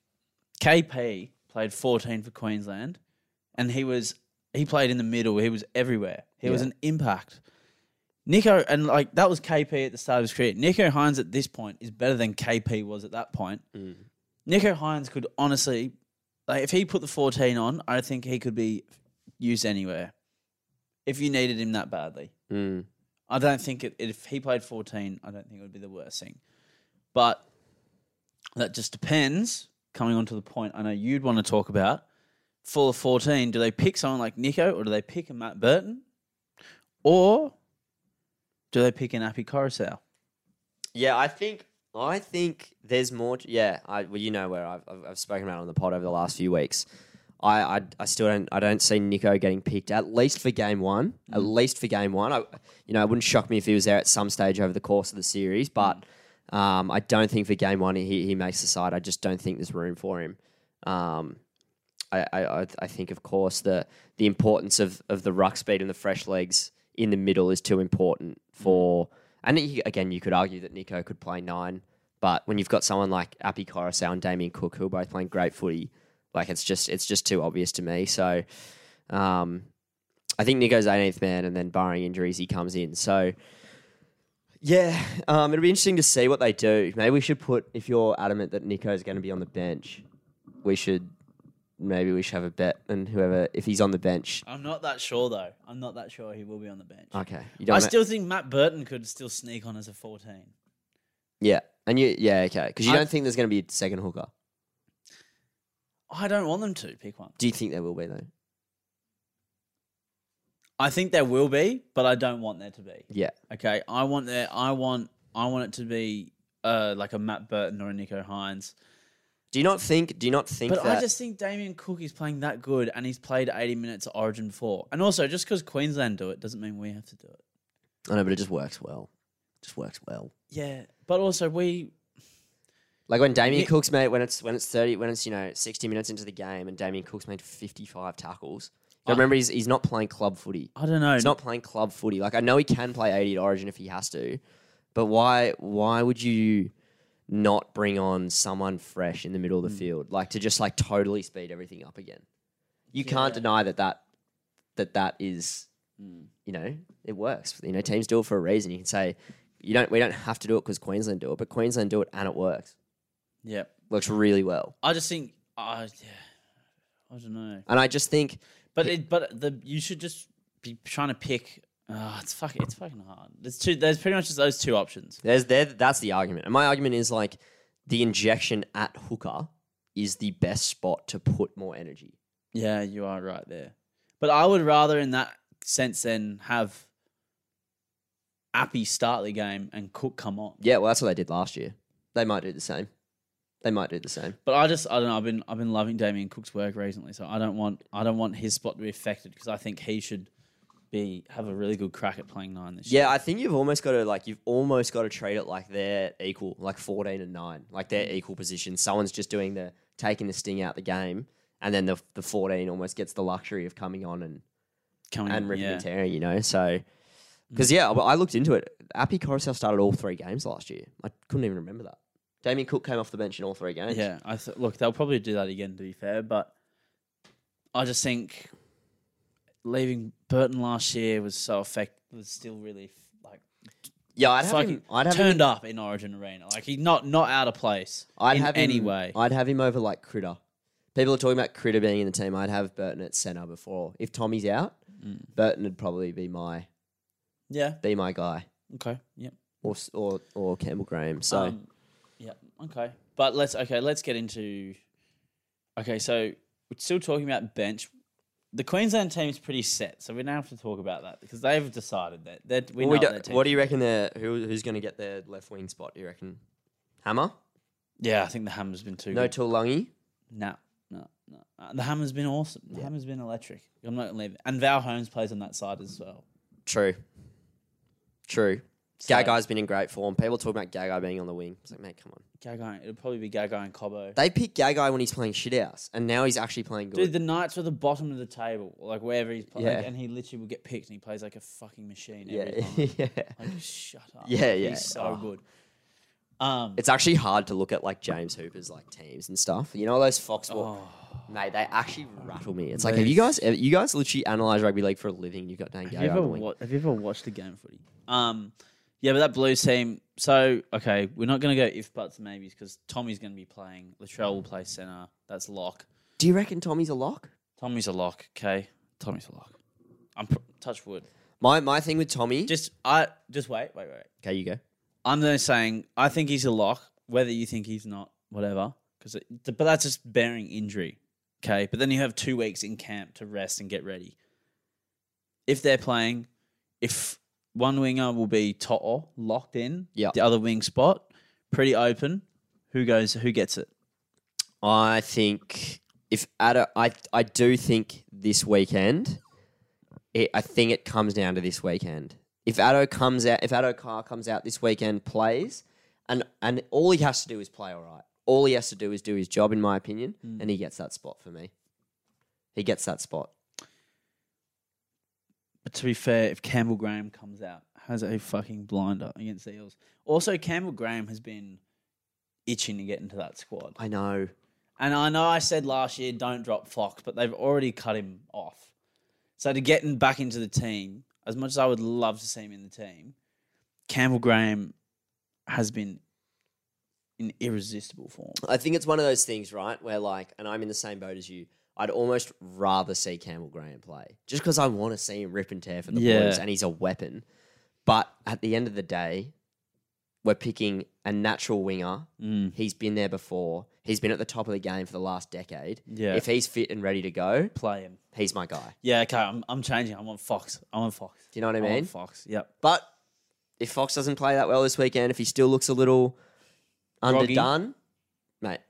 S2: KP played 14 for Queensland and he was he played in the middle, he was everywhere. He was
S1: Yeah.
S2: an impact. Nico and like that was KP at the start of his career. Nico Hines at this point is better than KP was at that point. Nico Hines could honestly like if he put the 14 on, I think he could be used anywhere. If you needed him that badly.
S1: Mm.
S2: I don't think it, if he played 14, I don't think it would be the worst thing. But that just depends. Coming on to the point I know you'd want to talk about, full of 14, do they pick someone like Nico or do they pick a Matt Burton? Or do they pick an Appy Coruscant?
S1: Yeah, I think I think there's more. To, yeah, I well, you know where I've, I've I've spoken about it on the pod over the last few weeks. I, I I still don't I don't see Nico getting picked at least for game one. At least for game one, I you know it wouldn't shock me if he was there at some stage over the course of the series, but um, I don't think for game one he he makes the side. I just don't think there's room for him. Um, I, I, I- I think, of course, the the importance of, of the ruck speed and the fresh legs in the middle is too important for. And he- again, you could argue that Nico could play nine, but when you've got someone like Appy Coruscant and Damien Cook, who are both playing great footy, like it's just it's just too obvious to me. So, um, I think Nico's 18th man, and then barring injuries, he comes in. So, yeah, um, it'll be interesting to see what they do. Maybe we should put if you're adamant that Nico's going to be on the bench, we should maybe we should have a bet and whoever if he's on the bench.
S2: I'm not that sure, though. I'm not that sure he will be on the bench.
S1: Okay, you
S2: I
S1: don't. know-
S2: still think Matt Burton could still sneak on as a 14.
S1: yeah, and you yeah okay because you
S2: I-
S1: don't think there's going to be a second hooker.
S2: I don't want them to pick one.
S1: Do you think there will be though?
S2: I think there will be, but I don't want there to be.
S1: Yeah,
S2: Okay, I want that. I want. I want it to be uh, like a Matt Burton or a Nico Hines.
S1: do you not think? Do you not think
S2: But
S1: that?
S2: I just think Damien Cook is playing that good, and he's played eighty minutes at Origin before. And also, just because Queensland do it doesn't mean we have to do it.
S1: I know, but it just works well. Just works well.
S2: Yeah, but also we.
S1: Like when Damien
S2: Ni-
S1: Cook's made when it's when it's thirty when it's you know sixty minutes into the game and Damien Cook's made fifty five tackles. Now
S2: I-
S1: remember, he's he's not playing club footy.
S2: I don't know.
S1: He's not playing club footy. Like I know he can play eighty at Origin if he has to, but why why would you not bring on someone fresh in the middle of the field, like to just like totally speed everything up again? You can't
S2: Yeah.
S1: deny that that that that is
S2: Mm.
S1: you know it works. You know teams do it for a reason. You can say you don't we don't have to do it because Queensland do it, but Queensland do it and it works.
S2: yeah,
S1: Works really well.
S2: I just think. I yeah, I don't know.
S1: And I just think
S2: But it, but the you should just be trying to pick. Uh, it's fucking. It's fucking hard. There's two. There's pretty much just those two options.
S1: There's there. That's the argument, and my argument is like the injection at hooker is the best spot to put more energy.
S2: Yeah, you are right there. But I would rather, in that sense, then have Appy start the game and Cook come on.
S1: Yeah, well, that's what they did last year. They might do the same. They might do the same.
S2: But I just, I don't know. I've been, I've been loving Damien Cook's work recently, so I don't want, I don't want his spot to be affected because I think he should be have a really good crack at playing nine this year.
S1: Yeah, I think you've almost got to like you've almost got to treat it like they're equal, like fourteen and nine, like they're equal positions. Someone's just doing the taking the sting out the game, and then the the fourteen almost gets the luxury of coming on and
S2: coming
S1: and
S2: in,
S1: ripping
S2: Mm, yeah.
S1: and tearing, you know. So, because yeah, I I looked into it. Appy Coruscant started all three games last year. I couldn't even remember that. Damien Cook came off the bench in all three games.
S2: Yeah, I th- look, they'll probably do that again. To be fair, but I just think leaving Burton last year was so effective was still really like
S1: yeah. I'd have
S2: fucking
S1: him. I'd have him.
S2: turned up in Origin Arena. Like he's not not out of place
S1: I'd
S2: in
S1: have him,
S2: any way.
S1: I'd have him over like Critter. People are talking about Critter being in the team. I'd have Burton at centre before. If Tommy's out,
S2: Mm.
S1: Burton would probably be my
S2: yeah.
S1: be my guy,
S2: Okay. Yep.
S1: or s- or or Campbell Graham. So
S2: Um, yeah. Okay. But let's okay, let's get into Okay, so we're still talking about bench. The Queensland team's pretty set, so we don't have to talk about that because they've decided that. that we
S1: Well, we
S2: know
S1: don't-
S2: their team.
S1: what do you reckon? There, who, who's going to get their left wing spot? Do you reckon? Hammer?
S2: yeah, I think the hammer's been too
S1: No
S2: good.
S1: Tulungi.
S2: No, no, no. Uh, the hammer's been awesome. The hammer's been electric. I'm not gonna leave it. And Val Holmes plays on that side as well.
S1: True. True.
S2: So-
S1: Gagai's been in great form. People talk about Gagai being on the wing. It's like, mate, come on.
S2: Gagai, it'll probably be Gagai and Cobo.
S1: They picked Gagai when he's playing shithouse, and now he's actually playing good.
S2: Dude, the Knights were the bottom of the table, like wherever he's playing,
S1: Yeah.
S2: and he literally will get picked, and he plays like a fucking machine. Every
S1: yeah,
S2: time.
S1: [LAUGHS] yeah.
S2: Like, shut up.
S1: Yeah, yeah.
S2: He's so
S1: Oh.
S2: good. Um,
S1: It's actually hard to look at like James Hooper's like teams and stuff. You know those Fox Sports,
S2: Oh.
S1: mate. They actually rattle me. It's like, have you guys, you guys literally analyze rugby league for a living? You got Dan
S2: have, you
S1: Gagai on
S2: ever
S1: the wing.
S2: wa- have you ever watched a game footy? Um, yeah, but that Blues team. So okay, we're not gonna go if buts and maybes because Tommy's gonna be playing. Latrell will play center. That's lock.
S1: Do you reckon Tommy's a lock?
S2: Tommy's a lock. Okay, Tommy's a lock. I'm pr- touch wood.
S1: My my thing with Tommy.
S2: Just I just wait, wait, wait. wait.
S1: okay, you go.
S2: I'm then saying I think he's a lock, whether you think he's not, whatever. Because but that's just bearing injury, okay. But then you have two weeks in camp to rest and get ready. If they're playing, if one winger will be To'o locked in,
S1: Yeah.
S2: the other wing spot pretty open. Who goes? Who gets it?
S1: I think if at a, I I do think this weekend, it, I think it comes down to this weekend. If Addo comes out, if Addo Carr comes out this weekend, plays, and and all he has to do is play all right. All he has to do is do his job, in my opinion, and he gets that spot for me. He gets that spot.
S2: But to be fair, if Campbell Graham comes out, has a fucking blinder against the Eels. Also, Campbell Graham has been itching to get into that squad.
S1: I know.
S2: And I know I said last year don't drop Fox, but they've already cut him off. So to get him back into the team, as much as I would love to see him in the team, Campbell Graham has been in irresistible form.
S1: I think it's one of those things, right? Where like, and I'm in the same boat as you. I'd almost rather see Campbell Graham play just because I want to see him rip and tear for the
S2: Yeah.
S1: Blues, and he's a weapon. But at the end of the day, we're picking a natural winger.
S2: Mm.
S1: He's been there before. He's been at the top of the game for the last decade.
S2: Yeah.
S1: If he's fit and ready to go,
S2: Play him.
S1: he's my guy.
S2: Yeah, okay, I'm, I'm changing. I want Fox. I want Fox.
S1: Do you know what I
S2: I
S1: mean?
S2: want Fox. Yep.
S1: But if Fox doesn't play that well this weekend, if he still looks a little
S2: Groggy.
S1: underdone, mate,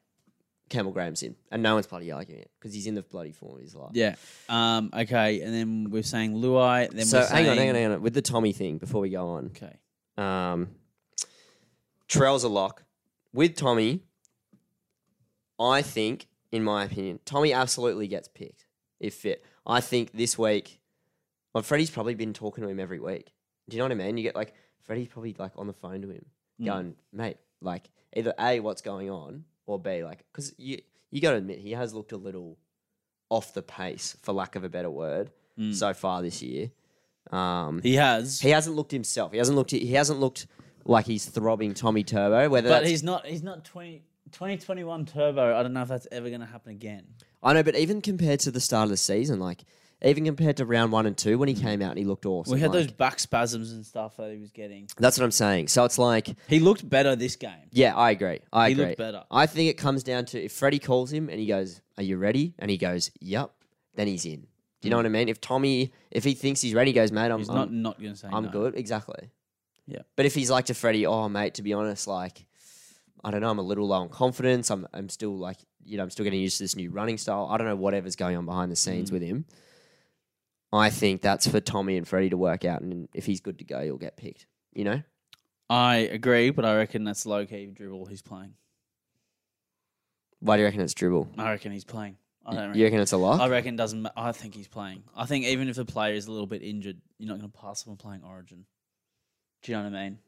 S1: Campbell Graham's in, and no one's bloody arguing it because he's in the bloody form of his life.
S2: Yeah. Um, okay, and then we're saying Luai. Then
S1: So
S2: we're
S1: hang on,
S2: saying-
S1: hang on, hang on. With the Tommy thing, before we go on,
S2: Okay.
S1: um, Trell's a lock. With Tommy, I think, in my opinion, Tommy absolutely gets picked if fit. I think this week, well, Freddie's probably been talking to him every week. Do you know what I mean? You get like Freddie's probably like on the phone to him, going, "Mate, like either a what's going on, or b like because you you got to admit he has looked a little off the pace, for lack of a better word, so far this year. Um,
S2: He has.
S1: he hasn't looked himself. He hasn't looked. He hasn't looked like he's throbbing Tommy Turbo. Whether
S2: but
S1: that's-
S2: he's not he's not 20, 2021 turbo. I don't know if that's ever going to happen again.
S1: I know, but even compared to the start of the season, like even compared to round one and two when he came out and he looked awesome.
S2: We had
S1: like,
S2: those back spasms and stuff that he was getting.
S1: That's what I'm saying. So it's like,
S2: He looked better this game.
S1: yeah, I agree. I
S2: He
S1: agree.
S2: looked better.
S1: I think it comes down to if Freddie calls him and he goes, "Are you ready?" and he goes, "Yep," then he's in. Do you know what I mean? If Tommy, if he thinks he's ready, he goes, "Mate, I'm,
S2: Hmm. He's
S1: I'm-
S2: not not going to say
S1: I'm
S2: no.
S1: good. Exactly.
S2: Yeah.
S1: But if he's like to Freddie, oh mate, to be honest, like I don't know, I'm a little low on confidence. I'm I'm still like you know, I'm still getting used to this new running style. I don't know whatever's going on behind the
S2: Mm.
S1: scenes with him. I think that's for Tommy and Freddie to work out and if he's good to go, he'll get picked. You know?
S2: I agree, but I reckon that's low key dribble he's playing.
S1: Why do you reckon it's dribble?
S2: I reckon he's playing. I don't reckon.
S1: You reckon it's a
S2: I
S1: lock?
S2: reckon it doesn't. ma- I think he's playing. I think even if the player is a little bit injured, you're not going to pass him on playing Origin. Do you know what I mean?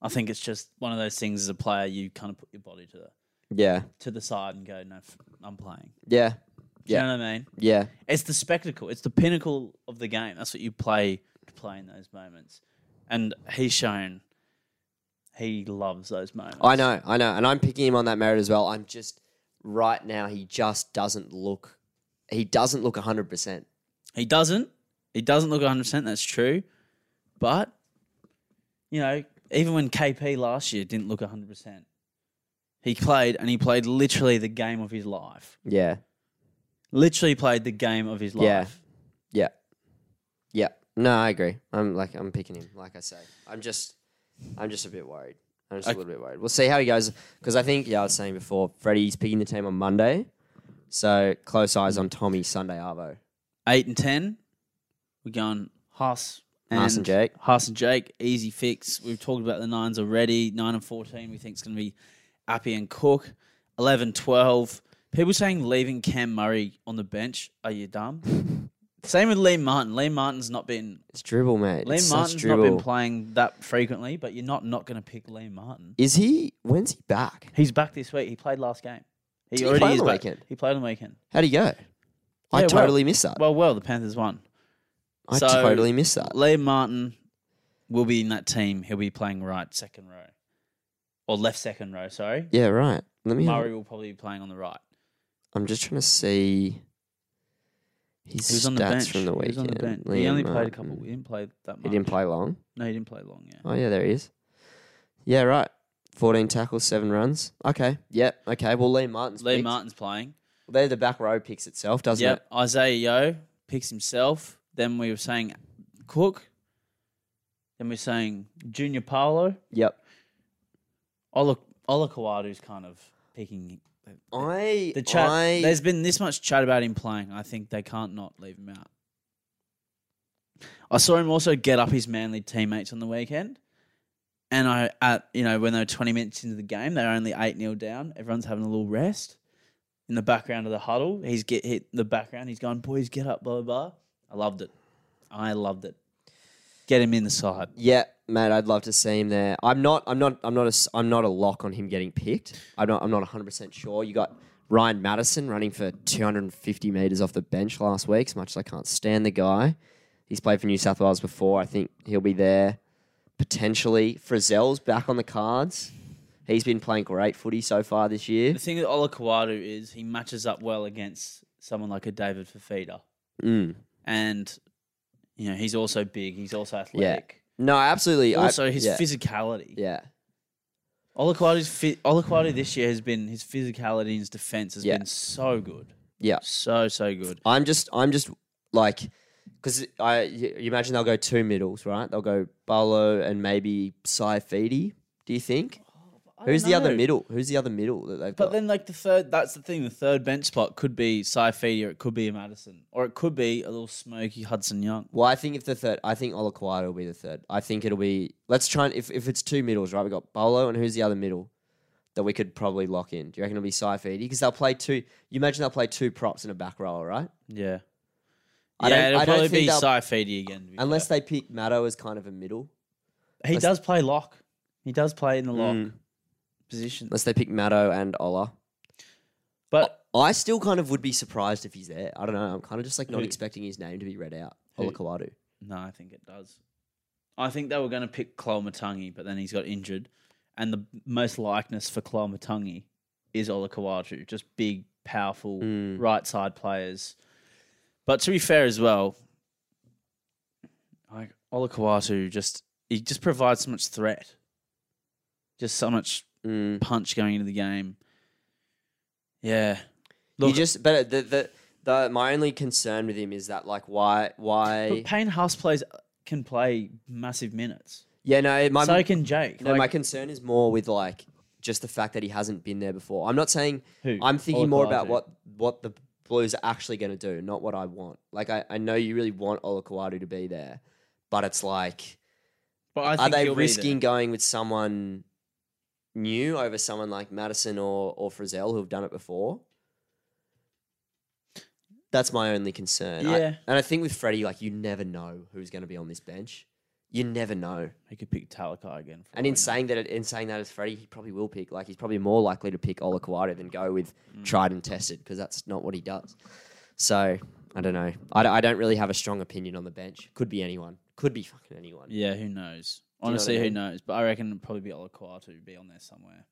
S2: I think it's just one of those things as a player you kind of put your body to the
S1: Yeah.
S2: to the side and go, no, f- I'm playing.
S1: Yeah.
S2: Do you
S1: Yeah.
S2: know what I mean?
S1: Yeah.
S2: It's the spectacle. It's the pinnacle of the game. That's what you play to play in those moments. And he's shown he loves those moments.
S1: I know, I know, and I'm picking him on that merit as well. I'm just right now he just doesn't look he doesn't look 100%.
S2: He doesn't. He doesn't look 100%. That's true. But, you know, even when KP last year didn't look 100%, He played and he played literally the game of his life.
S1: Yeah.
S2: Literally played the game of his life.
S1: Yeah. Yeah. Yeah. No, I agree. I'm like I'm picking him, like I say. I'm just I'm just a bit worried. I'm just
S2: Okay.
S1: a little bit worried. We'll see how he goes because I think yeah, I was saying before, Freddie's picking the team on Monday. So close eyes on Tommy Sunday Arvo.
S2: Eight and ten. We're going Haas and,
S1: Haas and Jake.
S2: Haas and Jake, easy fix. We've talked about the nines already. Nine and fourteen we think is gonna be Appy and Cook. 11, 12. People saying leaving Cam Murray on the bench. Are you dumb?
S1: [LAUGHS]
S2: Same with Lee Martin. Lee Martin's not been
S1: It's dribble, mate.
S2: Lee
S1: it's such
S2: Martin's not been
S1: dribble.
S2: playing that frequently, but you're not not going to pick Lee Martin.
S1: Is he when's he back?
S2: He's back this week. He played last game. He
S1: Did he
S2: already
S1: play on
S2: is
S1: the
S2: back.
S1: weekend?
S2: He played on the weekend.
S1: How'd he go? I
S2: Yeah, well-
S1: totally missed that.
S2: Well, well, the Panthers won.
S1: I
S2: so-
S1: totally missed that.
S2: Lee Martin will be in that team. He'll be playing right second row or left second row. Sorry,
S1: Yeah, right. Let me have a-
S2: Murray will probably be playing on the right.
S1: I'm just trying to see his
S2: He was on the
S1: stats
S2: bench
S1: from the
S2: He
S1: weekend.
S2: was on the bench. he
S1: Liam
S2: only played a
S1: Martin.
S2: couple. He didn't play that much.
S1: He didn't play long.
S2: No, he didn't play long. Yeah.
S1: Oh yeah, there he is. Yeah, right. Fourteen tackles, seven runs. Okay. Yep. Okay. Well, Liam Martin's.
S2: Lee
S1: picked.
S2: Martin's playing.
S1: They're the back row picks itself, doesn't
S2: Yep.
S1: it?
S2: Isaiah Yo picks himself. Then we were saying Cook. Then we are saying Junior Paolo.
S1: Yep.
S2: Ola Ola Kawadu's kind of picking
S1: I.
S2: the chat.
S1: I,
S2: There's been this much chat about him playing. I think they can't not leave him out. I saw him also get up his manly teammates on the weekend. And I, at you know, when they were 20 minutes into the game, they're only 8 0 down. Everyone's having a little rest in the background of the huddle. He's get hit in the background. He's going, boys, get up, blah, blah, blah. I loved it. I loved it. Get him in the side.
S1: Yeah, mate. I'd love to see him there. I'm not. I'm not. I'm not a. s- I'm not a lock on him getting picked. I'm not. I'm not 100 percent sure. You got Ryan Madison running for 250 meters off the bench last week. As much as I can't stand the guy, he's played for New South Wales before. I think he'll be there potentially. Frizzell's back on the cards. He's been playing great footy so far this year.
S2: The thing with Ola Kawadu is he matches up well against someone like a David Fafita.
S1: Mm.
S2: and you know he's also big. He's also athletic.
S1: No, absolutely. I-
S2: Also, his
S1: yeah,
S2: physicality.
S1: yeah.
S2: Olaquadu's fi- Olaquadu this year has been his physicality and his defense has
S1: Yeah.
S2: been so good.
S1: Yeah.
S2: so so good.
S1: I'm just, I'm just like, because I you you imagine they'll go two middles, right? They'll go Barlow and maybe Saifidi. Do you think? Who's the other middle? Who's the other middle that they've
S2: But
S1: got?
S2: then, like the third, that's the thing. The third bench spot could be Saifidi, or it could be a Madison, or it could be a little smoky Hudson Young.
S1: well, I think if the third, I think Olaquata will be the third. I think it'll be. Let's try and if, if it's two middles, right? We have got Barlow and who's the other middle that we could probably lock in? Do you reckon it'll be Saifidi? Because they'll play two. You imagine they'll play two props and a back rower, right?
S2: Yeah,
S1: I
S2: yeah,
S1: don't-
S2: it'll
S1: I don't
S2: probably
S1: think
S2: be
S1: they'll-
S2: Saifidi again. to be
S1: Unless
S2: fair.
S1: they pick Matto as kind of a middle.
S2: he does play lock. He does play in the lock
S1: Mm.
S2: position,
S1: Unless they pick Matto and Ola.
S2: but
S1: I still kind of would be surprised if he's there. I don't know. I'm kind of just like not
S2: Who?
S1: expecting his name to be read out.
S2: Who?
S1: Olakawadu.
S2: No, I think it does. I think they were going to pick Chloe Matangi, but then he's got injured. And the most likeness for Chloe Matangi is Ola Kawaju, just big, powerful,
S1: Mm.
S2: right side players. But to be fair as well, like Ola Kawatu just he just provides so much threat. Just so much
S1: Mm.
S2: punch going into the game. Yeah.
S1: You
S2: Look-
S1: just but the, the the my only concern with him is that like why why
S2: But Payne House plays can play massive minutes.
S1: yeah no my
S2: so can Jake.
S1: no
S2: Like,
S1: my concern is more with like just the fact that he hasn't been there before. I'm not saying
S2: who?
S1: I'm thinking
S2: Ola
S1: more about
S2: Kawatu.
S1: what what the Blues are actually going to do, not what I want. Like I, I know you really want Olakawadu to be there, but it's like
S2: But I
S1: are
S2: think
S1: they
S2: he'll be there.
S1: risking going with someone new over someone like Madison or or Frizzell who've done it before? That's my only concern. I-
S2: Yeah.
S1: and I think with Freddie, like you never know who's going to be on this bench. You never know.
S2: He could pick Talakai again. for all
S1: And
S2: we
S1: in
S2: Oh, know.
S1: saying that, in saying that as Freddie, he probably will pick. Like he's probably more likely to pick Ola Kawada than go with
S2: Mm.
S1: tried and tested because that's not what he does. So I don't know. I, don't- I don't really have a strong opinion on the bench. Could be anyone. Could be fucking anyone.
S2: Yeah, who knows?
S1: know what I
S2: Honestly,
S1: mean?
S2: who knows? But I reckon it'd probably be Olaquatu be on there somewhere.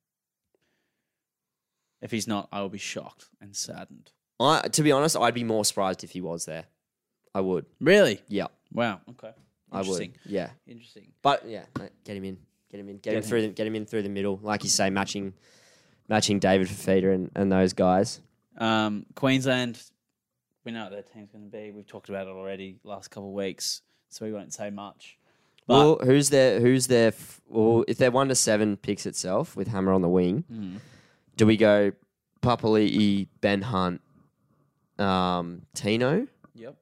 S2: If he's not, I will be shocked and saddened.
S1: I, to be honest, I'd be more surprised if he was there. I would.
S2: Really?
S1: Yeah,
S2: Wow. Okay.
S1: I would.
S2: Interesting.
S1: Yeah,
S2: Interesting.
S1: but yeah, mate, get him in, get him in, get, him
S2: him.
S1: through, the, get him in through the middle, like you say, matching, matching David Fafita and, and those guys.
S2: Um, Queensland, we know what their team's going to be. We've talked about it already last couple of weeks, so we won't say much. But
S1: well, who's their who's their f- well, if they're one to seven picks itself with Hammer on the wing,
S2: Mm.
S1: do we go Papali'i, Ben Hunt, um, Tino,
S2: yep,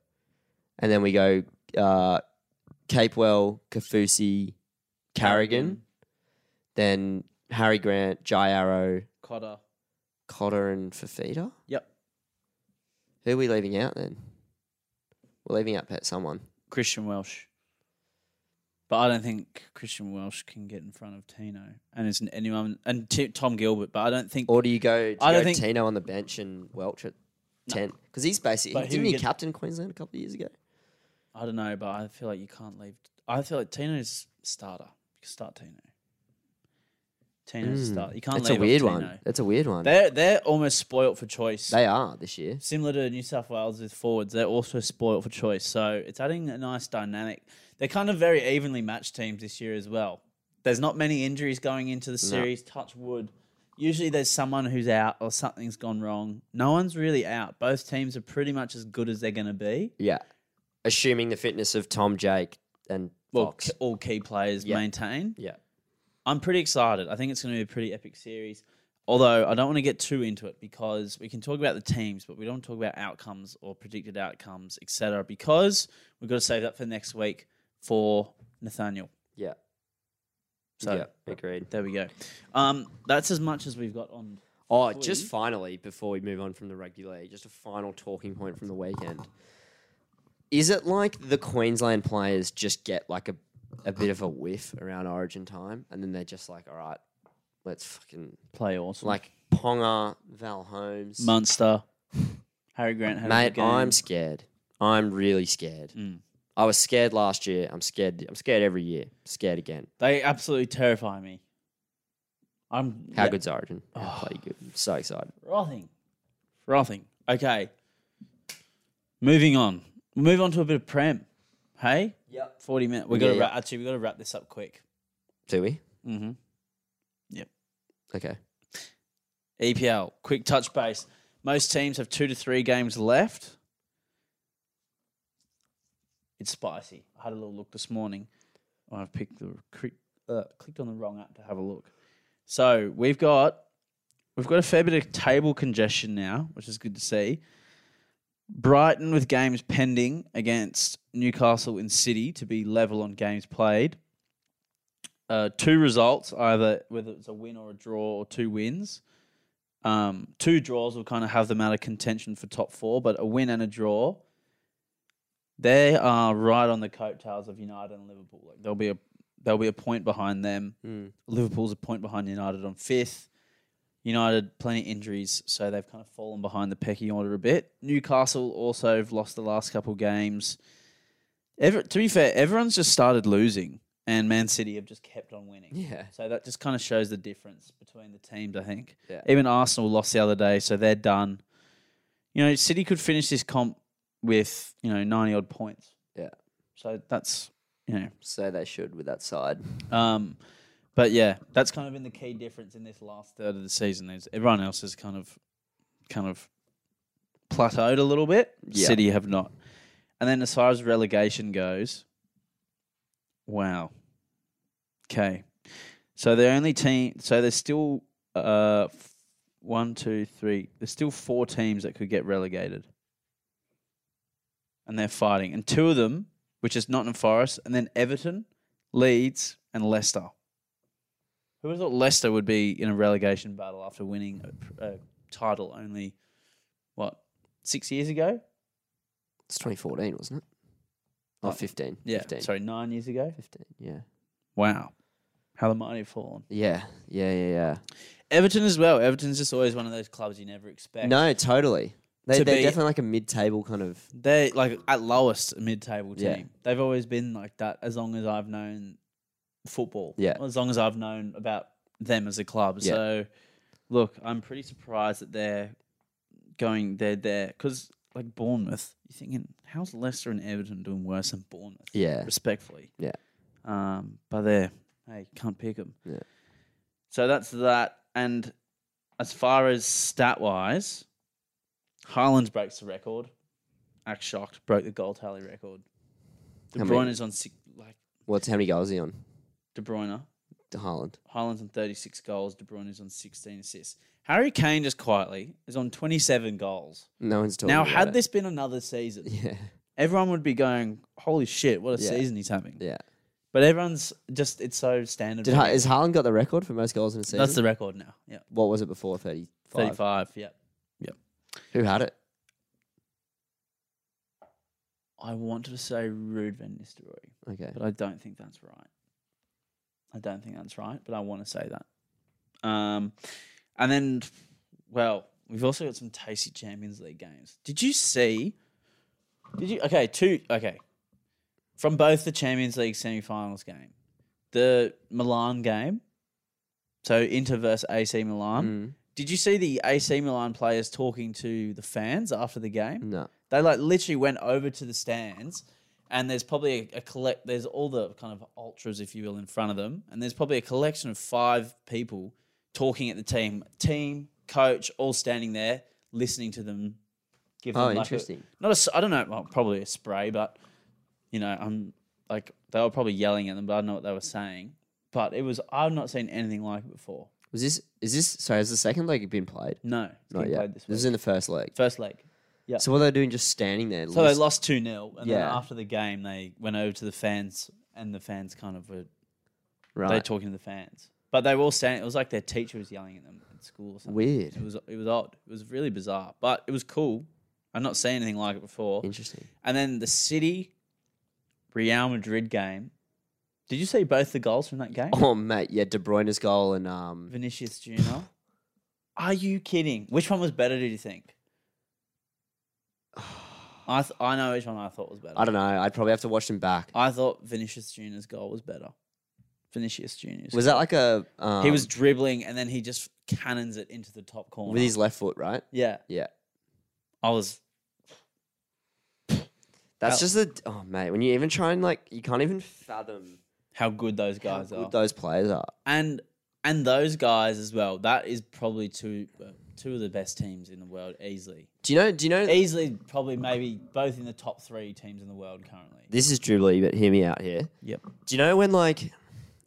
S1: and then we go uh, Capewell, Kafusi, Carrigan, then Harry Grant, Jai Arrow,
S2: Cotter.
S1: Cotter, and Fafita.
S2: Yep,
S1: Who are we leaving out then? We're leaving out pet someone.
S2: Christian Welsh. But I don't think Christian Welsh can get in front of Tino, and it's anyone and T- Tom Gilbert. But I don't think.
S1: Or do you go? Do
S2: I
S1: you
S2: don't
S1: go
S2: think-
S1: Tino on the bench and Welch at ten because he's basically
S2: But who
S1: didn't
S2: you
S1: he
S2: get-
S1: captain Queensland a couple of years ago?
S2: I don't know, but I feel like you can't leave. I feel like Tino's starter. You can start Tino. Tino's
S1: Mm.
S2: starter. You can't
S1: It's a
S2: leave off
S1: weird
S2: Tino.
S1: one. It's a weird one.
S2: They're they're almost spoilt for choice.
S1: They are this year.
S2: Similar to New South Wales with forwards, they're also spoilt for choice. So it's adding a nice dynamic. They're kind of very evenly matched teams this year as well. There's not many injuries going into the series. Touch wood. Usually there's someone who's out or something's gone wrong. No one's really out. Both teams are pretty much as good as they're going to be.
S1: Yeah, assuming the fitness of Tom, Jake, and
S2: Well,
S1: Fox.
S2: k- all key players
S1: Yeah.
S2: maintain.
S1: yeah,
S2: I'm pretty excited. I think it's going to be a pretty epic series. Although I don't want to get too into it because we can talk about the teams, but we don't talk about outcomes or predicted outcomes, etc. Because we've got to save that for next week for Nathaniel.
S1: yeah.
S2: So
S1: yeah, agreed.
S2: there we go. Um, that's as much as we've got on.
S1: Oh,
S2: Footy.
S1: just finally, before we move on from the rugby league, just a final talking point from the weekend. Is it like the Queensland players just get like a, a bit of a whiff around Origin time, and then they're just like, all right, let's fucking
S2: Play awesome, like
S1: like Ponga, Val Holmes,
S2: Munster, Harry Grant. Had a good
S1: mate.
S2: game.
S1: I'm scared. I'm really scared.
S2: Mm.
S1: I was scared last year. I'm scared. I'm scared every year. Scared again.
S2: They absolutely terrify me. I'm
S1: How
S2: yeah, Oh.
S1: good's Origin? How play good? I'm so excited.
S2: Frothing. Frothing. Okay. Moving on. We'll move on to a bit of prem. Hey?
S1: Yep.
S2: 40 minutes. We
S1: Yeah,
S2: gotta
S1: yeah.
S2: wrap, actually we gotta wrap this up quick.
S1: Do we?
S2: Mm-hmm.
S1: Okay.
S2: EPL, E quick touch base. Most teams have two to three games left. It's spicy. I had a little look this morning. Oh, I've picked the cri- uh, clicked on the wrong app to have a look. So we've got we've got a fair bit of table congestion now, which is good to see. Brighton with games pending against Newcastle and City to be level on games played. Uh, two results, either whether it's a win or a draw or two wins um, two draws will kind of have them out of contention for top four, but a win and a draw, they are right on the coattails of United and Liverpool. Like there'll be a there'll be a point behind them.
S1: Mm.
S2: Liverpool's a point behind United on fifth. United plenty of injuries, so they've kind of fallen behind the pecking order a bit. Newcastle also have lost the last couple games. Ever, to be fair, everyone's just started losing, and Man City have just kept on winning.
S1: Yeah.
S2: So that just kind of shows the difference between the teams, I think.
S1: Yeah.
S2: Even Arsenal lost the other day, so they're done. You know, City could finish this comp with, you know, 90 odd points.
S1: Yeah.
S2: So that's, you know,
S1: So they should with that side.
S2: um, but yeah, that's kind of been the key difference in this last third of the season is everyone else has kind of kind of plateaued a little bit.
S1: Yeah.
S2: City have not. And then as far as relegation goes, wow. Okay. So they're only team so there's still uh f- one, two, three. There's still four teams that could get relegated. And they're fighting. And two of them, which is Nottingham Forest, and then Everton, Leeds, and Leicester. Who would have thought Leicester would be in a relegation battle after winning a, a title only, what, six years ago?
S1: It's 2014, wasn't it?
S2: Oh,
S1: Oh, 15.
S2: Yeah,
S1: 15.
S2: sorry, nine years ago.
S1: 15. Yeah.
S2: Wow. How the mighty have fallen.
S1: Yeah. Yeah. Yeah. Yeah.
S2: Everton as well. Everton's just always one of those clubs you never expect.
S1: No, totally. They,
S2: To
S1: they're
S2: be-
S1: definitely like a mid-table kind of.
S2: They're like at lowest a mid table team.
S1: Yeah.
S2: They've always been like that as long as I've known football.
S1: Yeah.
S2: As long as I've known about them as a club.
S1: Yeah.
S2: So look, I'm pretty surprised that they're going they're there because like Bournemouth, you're thinking, how's Leicester and Everton doing worse than Bournemouth?
S1: Yeah.
S2: Respectfully.
S1: Yeah.
S2: Um, but there, hey, can't pick them.
S1: Yeah.
S2: So that's that. And as far as stat wise, Haaland breaks the record. Act shocked, broke the goal tally record. De
S1: How
S2: Bruyne
S1: many?
S2: is on six, like
S1: What's how many goals is he on?
S2: De Bruyne.
S1: To Haaland.
S2: Haaland's on 36 goals. De Bruyne is on 16 assists. Harry Kane just quietly is on 27 goals.
S1: No one's talking.
S2: Now,
S1: about
S2: had
S1: it.
S2: this been another season,
S1: [LAUGHS] Yeah,
S2: everyone would be going, "Holy shit, what a
S1: Yeah.
S2: season he's having!"
S1: yeah.
S2: But everyone's just it's so standard.
S1: Did
S2: for
S1: ha-
S2: him.
S1: is Haaland got the record for most goals in a season?
S2: That's the record now. Yeah,
S1: what was it before? Thirty five.
S2: 35. Yeah,
S1: Who had it?
S2: I wanted to say Rude Van Nistelrooy,
S1: Okay.
S2: but I don't think that's right. I don't think that's right, but I want to say that. Um, and then, well, we've also got some tasty Champions League games. Did you see? Did you? Okay, two. Okay, from both the Champions League semi-finals game, the Milan game. So Inter versus AC Milan.
S1: Mm,
S2: Did you see the AC Milan players talking to the fans after the game?
S1: Mm, no.
S2: They like literally went over to the stands, and there's probably a, a collect. There's all the kind of ultras, if you will, in front of them, and there's probably a collection of five people talking at the team, team coach, all standing there listening to them. Give
S1: Oh,
S2: them, like, a-
S1: interesting.
S2: not a, s- I don't know, well, probably a spray, but you know, I'm like they were probably yelling at them, but I don't know what they were saying. But it was I've not seen anything like it before.
S1: Was this? Is this? Sorry, has the second leg been played?
S2: No, it's
S1: Not
S2: being
S1: yet.
S2: played
S1: This,
S2: this week.
S1: is in the first leg.
S2: First leg. Yeah.
S1: So what are they doing? Just standing there?
S2: So they
S1: lis-
S2: lost 2 0. And then
S1: Yeah.
S2: after the game, they went over to the fans, and the fans kind of were they
S1: right.
S2: talking to the fans. But they were all standing. It was like their teacher was yelling at them at school or something.
S1: Weird.
S2: It was, it was odd. It was really bizarre. But it was cool. I've not seen anything like it before.
S1: Interesting.
S2: And then the City Real Madrid game. Did you see both the goals from that game?
S1: Oh mate, yeah, De Bruyne's goal and um,
S2: Vinicius Junior. Are you kidding? Which one was better, do you think? I, th- I know which one I thought was better.
S1: [SIGHS] I don't know. I'd probably have to watch them back.
S2: I thought Vinicius Junior's goal was better. Vinicius Junior's.
S1: Was that like a? Um,
S2: he was dribbling and then he just cannons it into the top corner.
S1: with his left foot, right?
S2: yeah,
S1: Yeah.
S2: I was.
S1: That's
S2: How-
S1: just the oh mate. When you even try and like, you can't even fathom
S2: How good those
S1: how
S2: guys
S1: good
S2: are,
S1: those players are.
S2: and and those guys as well. That is probably two well, two of the best teams in the world easily.
S1: Do you know? Do you know?
S2: Easily, probably maybe both in the top three teams in the world currently.
S1: This is dribbly, but hear me out here.
S2: Yep.
S1: Do you know when like,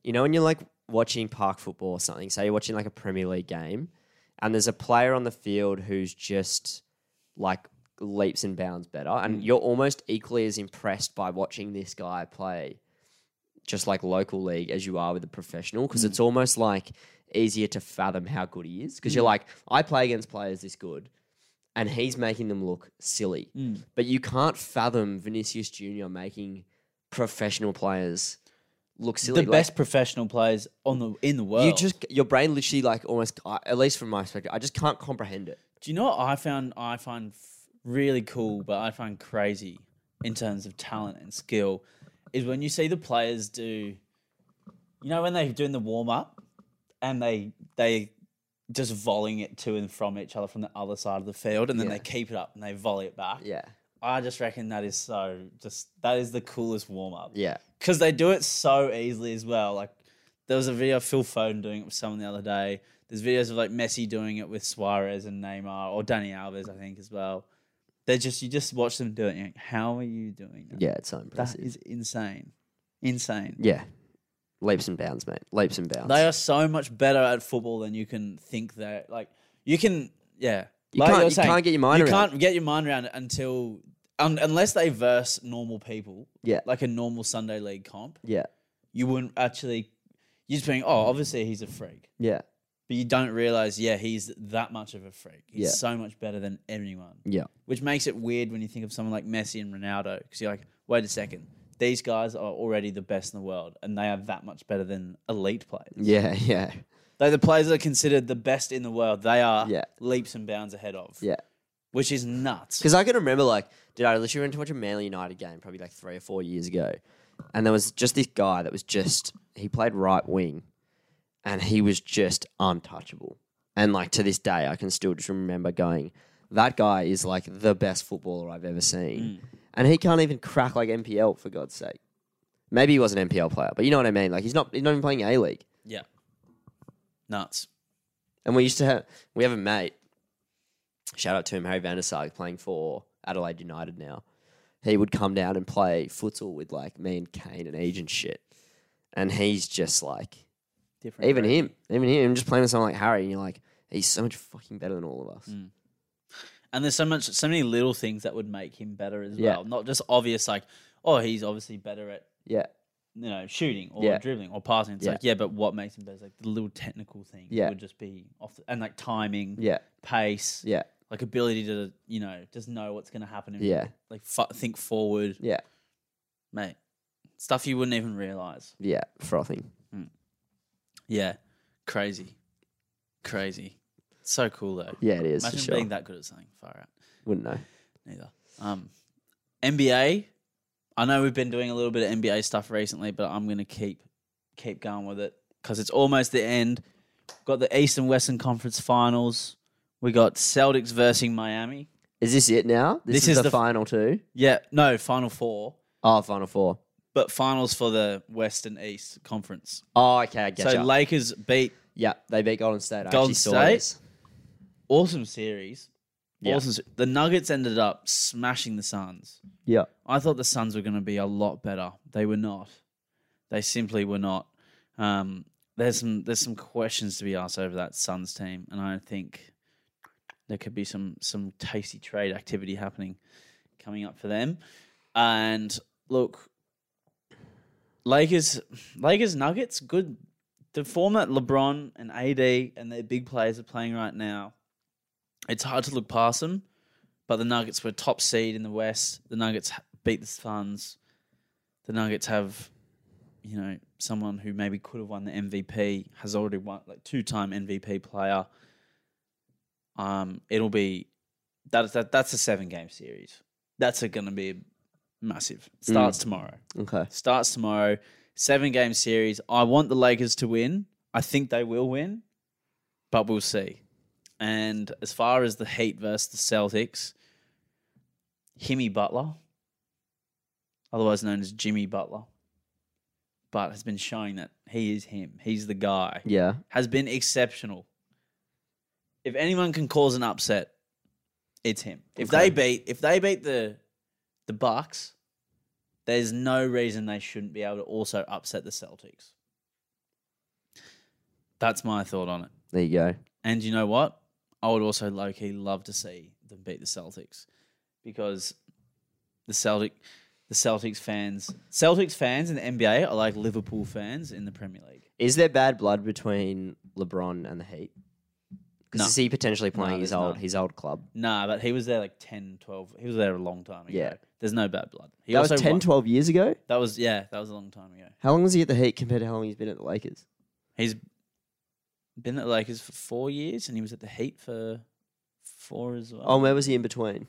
S1: you know when you're like watching park football or something? Say you're watching like a Premier League game, and there's a player on the field who's just like leaps and bounds better,
S2: Mm.
S1: and you're almost equally as impressed by watching this guy play, just like local league as you are with a professional,
S2: Mm.
S1: because it's almost like easier to fathom how good he is. Because
S2: Mm.
S1: you're like, I play against players this good. And he's making them look silly,
S2: Mm.
S1: but you can't fathom Vinicius Junior making professional players look silly.
S2: the
S1: Like,
S2: best professional players on the in the world.
S1: You just your brain literally like almost. I- At least from my perspective, I just can't comprehend it.
S2: Do you know what I found? I find f- really cool, but I find crazy in terms of talent and skill is when you see the players do. You know when they're doing the warm up, and they they just volleying it to and from each other from the other side of the field, and then
S1: Yeah.
S2: they keep it up and they volley it back.
S1: Yeah,
S2: I just reckon that is so just that is the coolest warm up
S1: yeah,
S2: because they do it so easily as well. Like there was a video of Phil Foden doing it with someone the other day. There's videos of like Messi doing it with Suarez and Neymar or Danny Alves, I think, as well. They're just you just watch them do it. and you're like, How are you doing that?
S1: yeah. It's so
S2: that
S1: impressive.
S2: is insane, insane.
S1: yeah, leaps and bounds, mate. Leaps and bounds.
S2: They are so much better at football than you can think. They're like you can, yeah.
S1: you
S2: like
S1: can't,
S2: were
S1: you
S2: saying,
S1: can't get your mind
S2: you
S1: around. it.
S2: can't get your mind around it until un, unless they verse normal people,
S1: Yeah.
S2: like a normal Sunday league comp.
S1: Yeah,
S2: you wouldn't actually you just think, oh, obviously he's a freak.
S1: yeah,
S2: But you don't realize, yeah, he's that much of a freak. He's
S1: Yeah.
S2: so much better than anyone.
S1: yeah,
S2: Which makes it weird when you think of someone like Messi and Ronaldo, because you're like, wait a second, these guys are already the best in the world, and they are that much better than elite players.
S1: yeah, yeah,
S2: Though the players that are considered the best in the world, they are
S1: Yeah.
S2: leaps and bounds ahead of.
S1: yeah.
S2: Which is nuts.
S1: Because I can remember, like, dude, I literally went to watch a Man United game probably like three or four years ago, and there was just this guy that was just he played right wing, and he was just untouchable. And like to this day, I can still just remember going, that guy is like the best footballer I've ever seen, and he can't even crack like NPL for God's sake. Maybe he was an NPL player, but you know what I mean. Like he's not he's not even playing A League.
S2: Yeah. Nuts.
S1: And we used to have we have a mate. Shout out to him, Harry Van der Sar, playing for Adelaide United now. He would come down and play futsal with like me and Kane and Age and shit. And he's just like
S2: Different.
S1: even
S2: breed.
S1: him, even him, just playing with someone like Harry, and you're like, he's so much fucking better than all of us.
S2: Mm. And there's so much, so many little things that would make him better as
S1: Yeah.
S2: well. Not just obvious, like, oh, he's obviously better at
S1: Yeah,
S2: you know shooting or
S1: Yeah.
S2: dribbling or passing. It's
S1: Yeah.
S2: like, yeah, but what makes him better? Is like the little technical things
S1: Yeah.
S2: would just be off, the, and like timing,
S1: yeah,
S2: pace,
S1: yeah,
S2: like ability to you know just know what's going to happen. And
S1: yeah,
S2: like fu- think forward,
S1: yeah,
S2: mate. Stuff you wouldn't even realize.
S1: yeah. Frothing.
S2: Yeah, crazy, crazy. So cool though.
S1: Yeah, it is. for
S2: Imagine
S1: sure.
S2: being that good at something. Far out.
S1: Wouldn't know.
S2: Neither. Um, NBA. I know we've been doing a little bit of NBA stuff recently, but I'm gonna keep keep going with it because it's almost the end. Got the East and Western Conference Finals. We got Celtics versus Miami.
S1: Is this it now? This, is, the,
S2: f-
S1: final two.
S2: Yeah, no, Final Four,
S1: Oh, final four.
S2: but finals for the West and East Conference.
S1: Oh, okay, I get
S2: So Lakers beat
S1: yeah, they beat Golden State. I
S2: Golden
S1: actually saw
S2: State?
S1: this.
S2: awesome series.
S1: Yeah.
S2: Awesome. se- The Nuggets ended up smashing the Suns.
S1: Yeah,
S2: I thought the Suns were going to be a lot better. They were not. They simply were not. Um, there's some there's some questions to be asked over that Suns team, and I think there could be some some tasty trade activity happening coming up for them. And look, Lakers Lakers Nuggets good. The form that LeBron and AD and their big players are playing right now, it's hard to look past them but the Nuggets were top seed in the West. The Nuggets h- beat the Suns. The Nuggets have, you know, someone who maybe could have won the MVP has already won, like two-time MVP player. Um, it'll be that that that's a seven-game series. That's a, gonna be massive. Starts tomorrow.
S1: okay.
S2: Starts tomorrow. Seven-game series. I want the Lakers to win. I think they will win, but we'll see. And as far as the Heat versus the Celtics, Himmy Butler, otherwise known as Jimmy Butler, but has been showing that he is him. He's the guy.
S1: Yeah,
S2: Has been exceptional. If anyone can cause an upset, it's him. If
S1: Okay.
S2: they beat if they beat the the Bucks, there's no reason they shouldn't be able to also upset the Celtics. That's my thought on it.
S1: there you go.
S2: And you know what? I would also low key love to see them beat the Celtics because the Celtic the Celtics fans Celtics fans in the NBA are like Liverpool fans in the Premier League.
S1: Is there bad blood between LeBron and the Heat? Because
S2: No.
S1: is he potentially playing his
S2: there's
S1: old
S2: not.
S1: his old club?
S2: Nah, but he was there like 10, 12. He was there a long time ago.
S1: Yeah.
S2: There's no bad blood. He
S1: that was 10,
S2: won-
S1: 12 years ago.
S2: That was yeah, that was a long time ago.
S1: How long was he at the Heat compared to how long he's been at the Lakers?
S2: He's been at the Lakers for 4 years and he was at the Heat for 4 as well.
S1: Oh, where was he in between?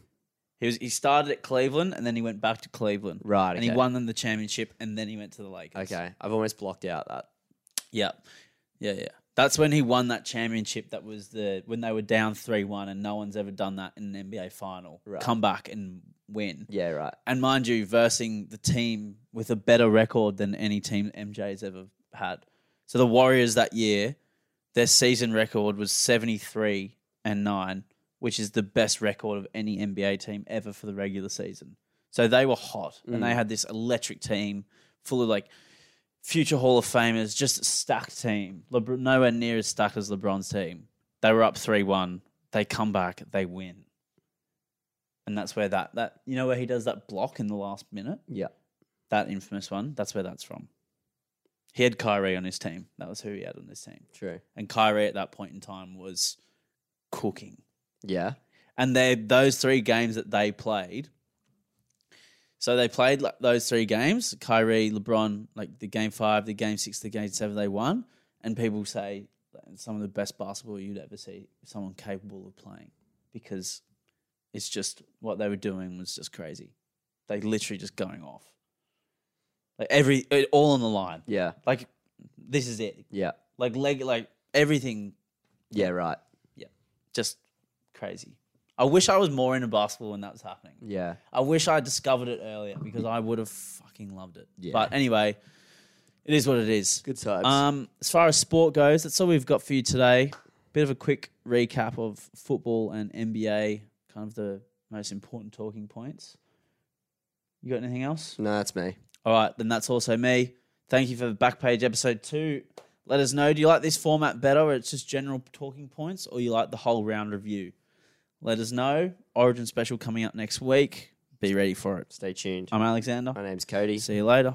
S2: He was he started at Cleveland and then he went back to Cleveland.
S1: Right,
S2: And he won them the championship and then he went to the Lakers.
S1: Okay, I've almost blocked out that.
S2: Yeah. Yeah, yeah. That's when he won that championship that was the when they were down 3-1 and no one's ever done that in an NBA final.
S1: Right.
S2: Come back and win.
S1: Yeah, right.
S2: And mind you, versing the team with a better record than any team MJ's ever had. So the Warriors that year, their season record was 73 and 9, which is the best record of any NBA team ever for the regular season. So they were hot and they had this electric team full of like future Hall of Famers, just a stacked team. LeBron, nowhere near as stacked as LeBron's team. They were up 3 1. They come back, they win. And that's where that, that, you know, where he does that block in the last minute?
S1: Yeah.
S2: That infamous one, that's where that's from. He had Kyrie on his team. That was who he had on his team.
S1: True.
S2: And Kyrie at that point in time was cooking.
S1: Yeah.
S2: And they those three games that they played. So they played like those three games: Kyrie, LeBron, like the game five, the game six, the game seven. They won, and people say some of the best basketball you'd ever see someone capable of playing because it's just what they were doing was just crazy. They literally just going off, like every it- all on the line.
S1: Yeah.
S2: Like this is it.
S1: Yeah.
S2: Like leg, like everything
S1: Yeah. Right.
S2: just crazy. I wish I was more into basketball when that was happening.
S1: Yeah.
S2: I wish I discovered it earlier because I would have fucking loved it.
S1: Yeah.
S2: But anyway, it is Um, what it is.
S1: Good times.
S2: Um, as far as sport goes, that's all we've got for you today. bit of a quick recap of football and NBA, kind of the most important talking points. You got anything else?
S1: No, that's me.
S2: All right, then that's also me. Thank you for Backpage episode two. Let us know. Do you like this format better, where it's just general talking points, or you like the whole round review? Let us know. Origin special coming up next week. Be ready for it.
S1: Stay tuned.
S2: I'm Alexander.
S1: My name's Cody.
S2: See you later.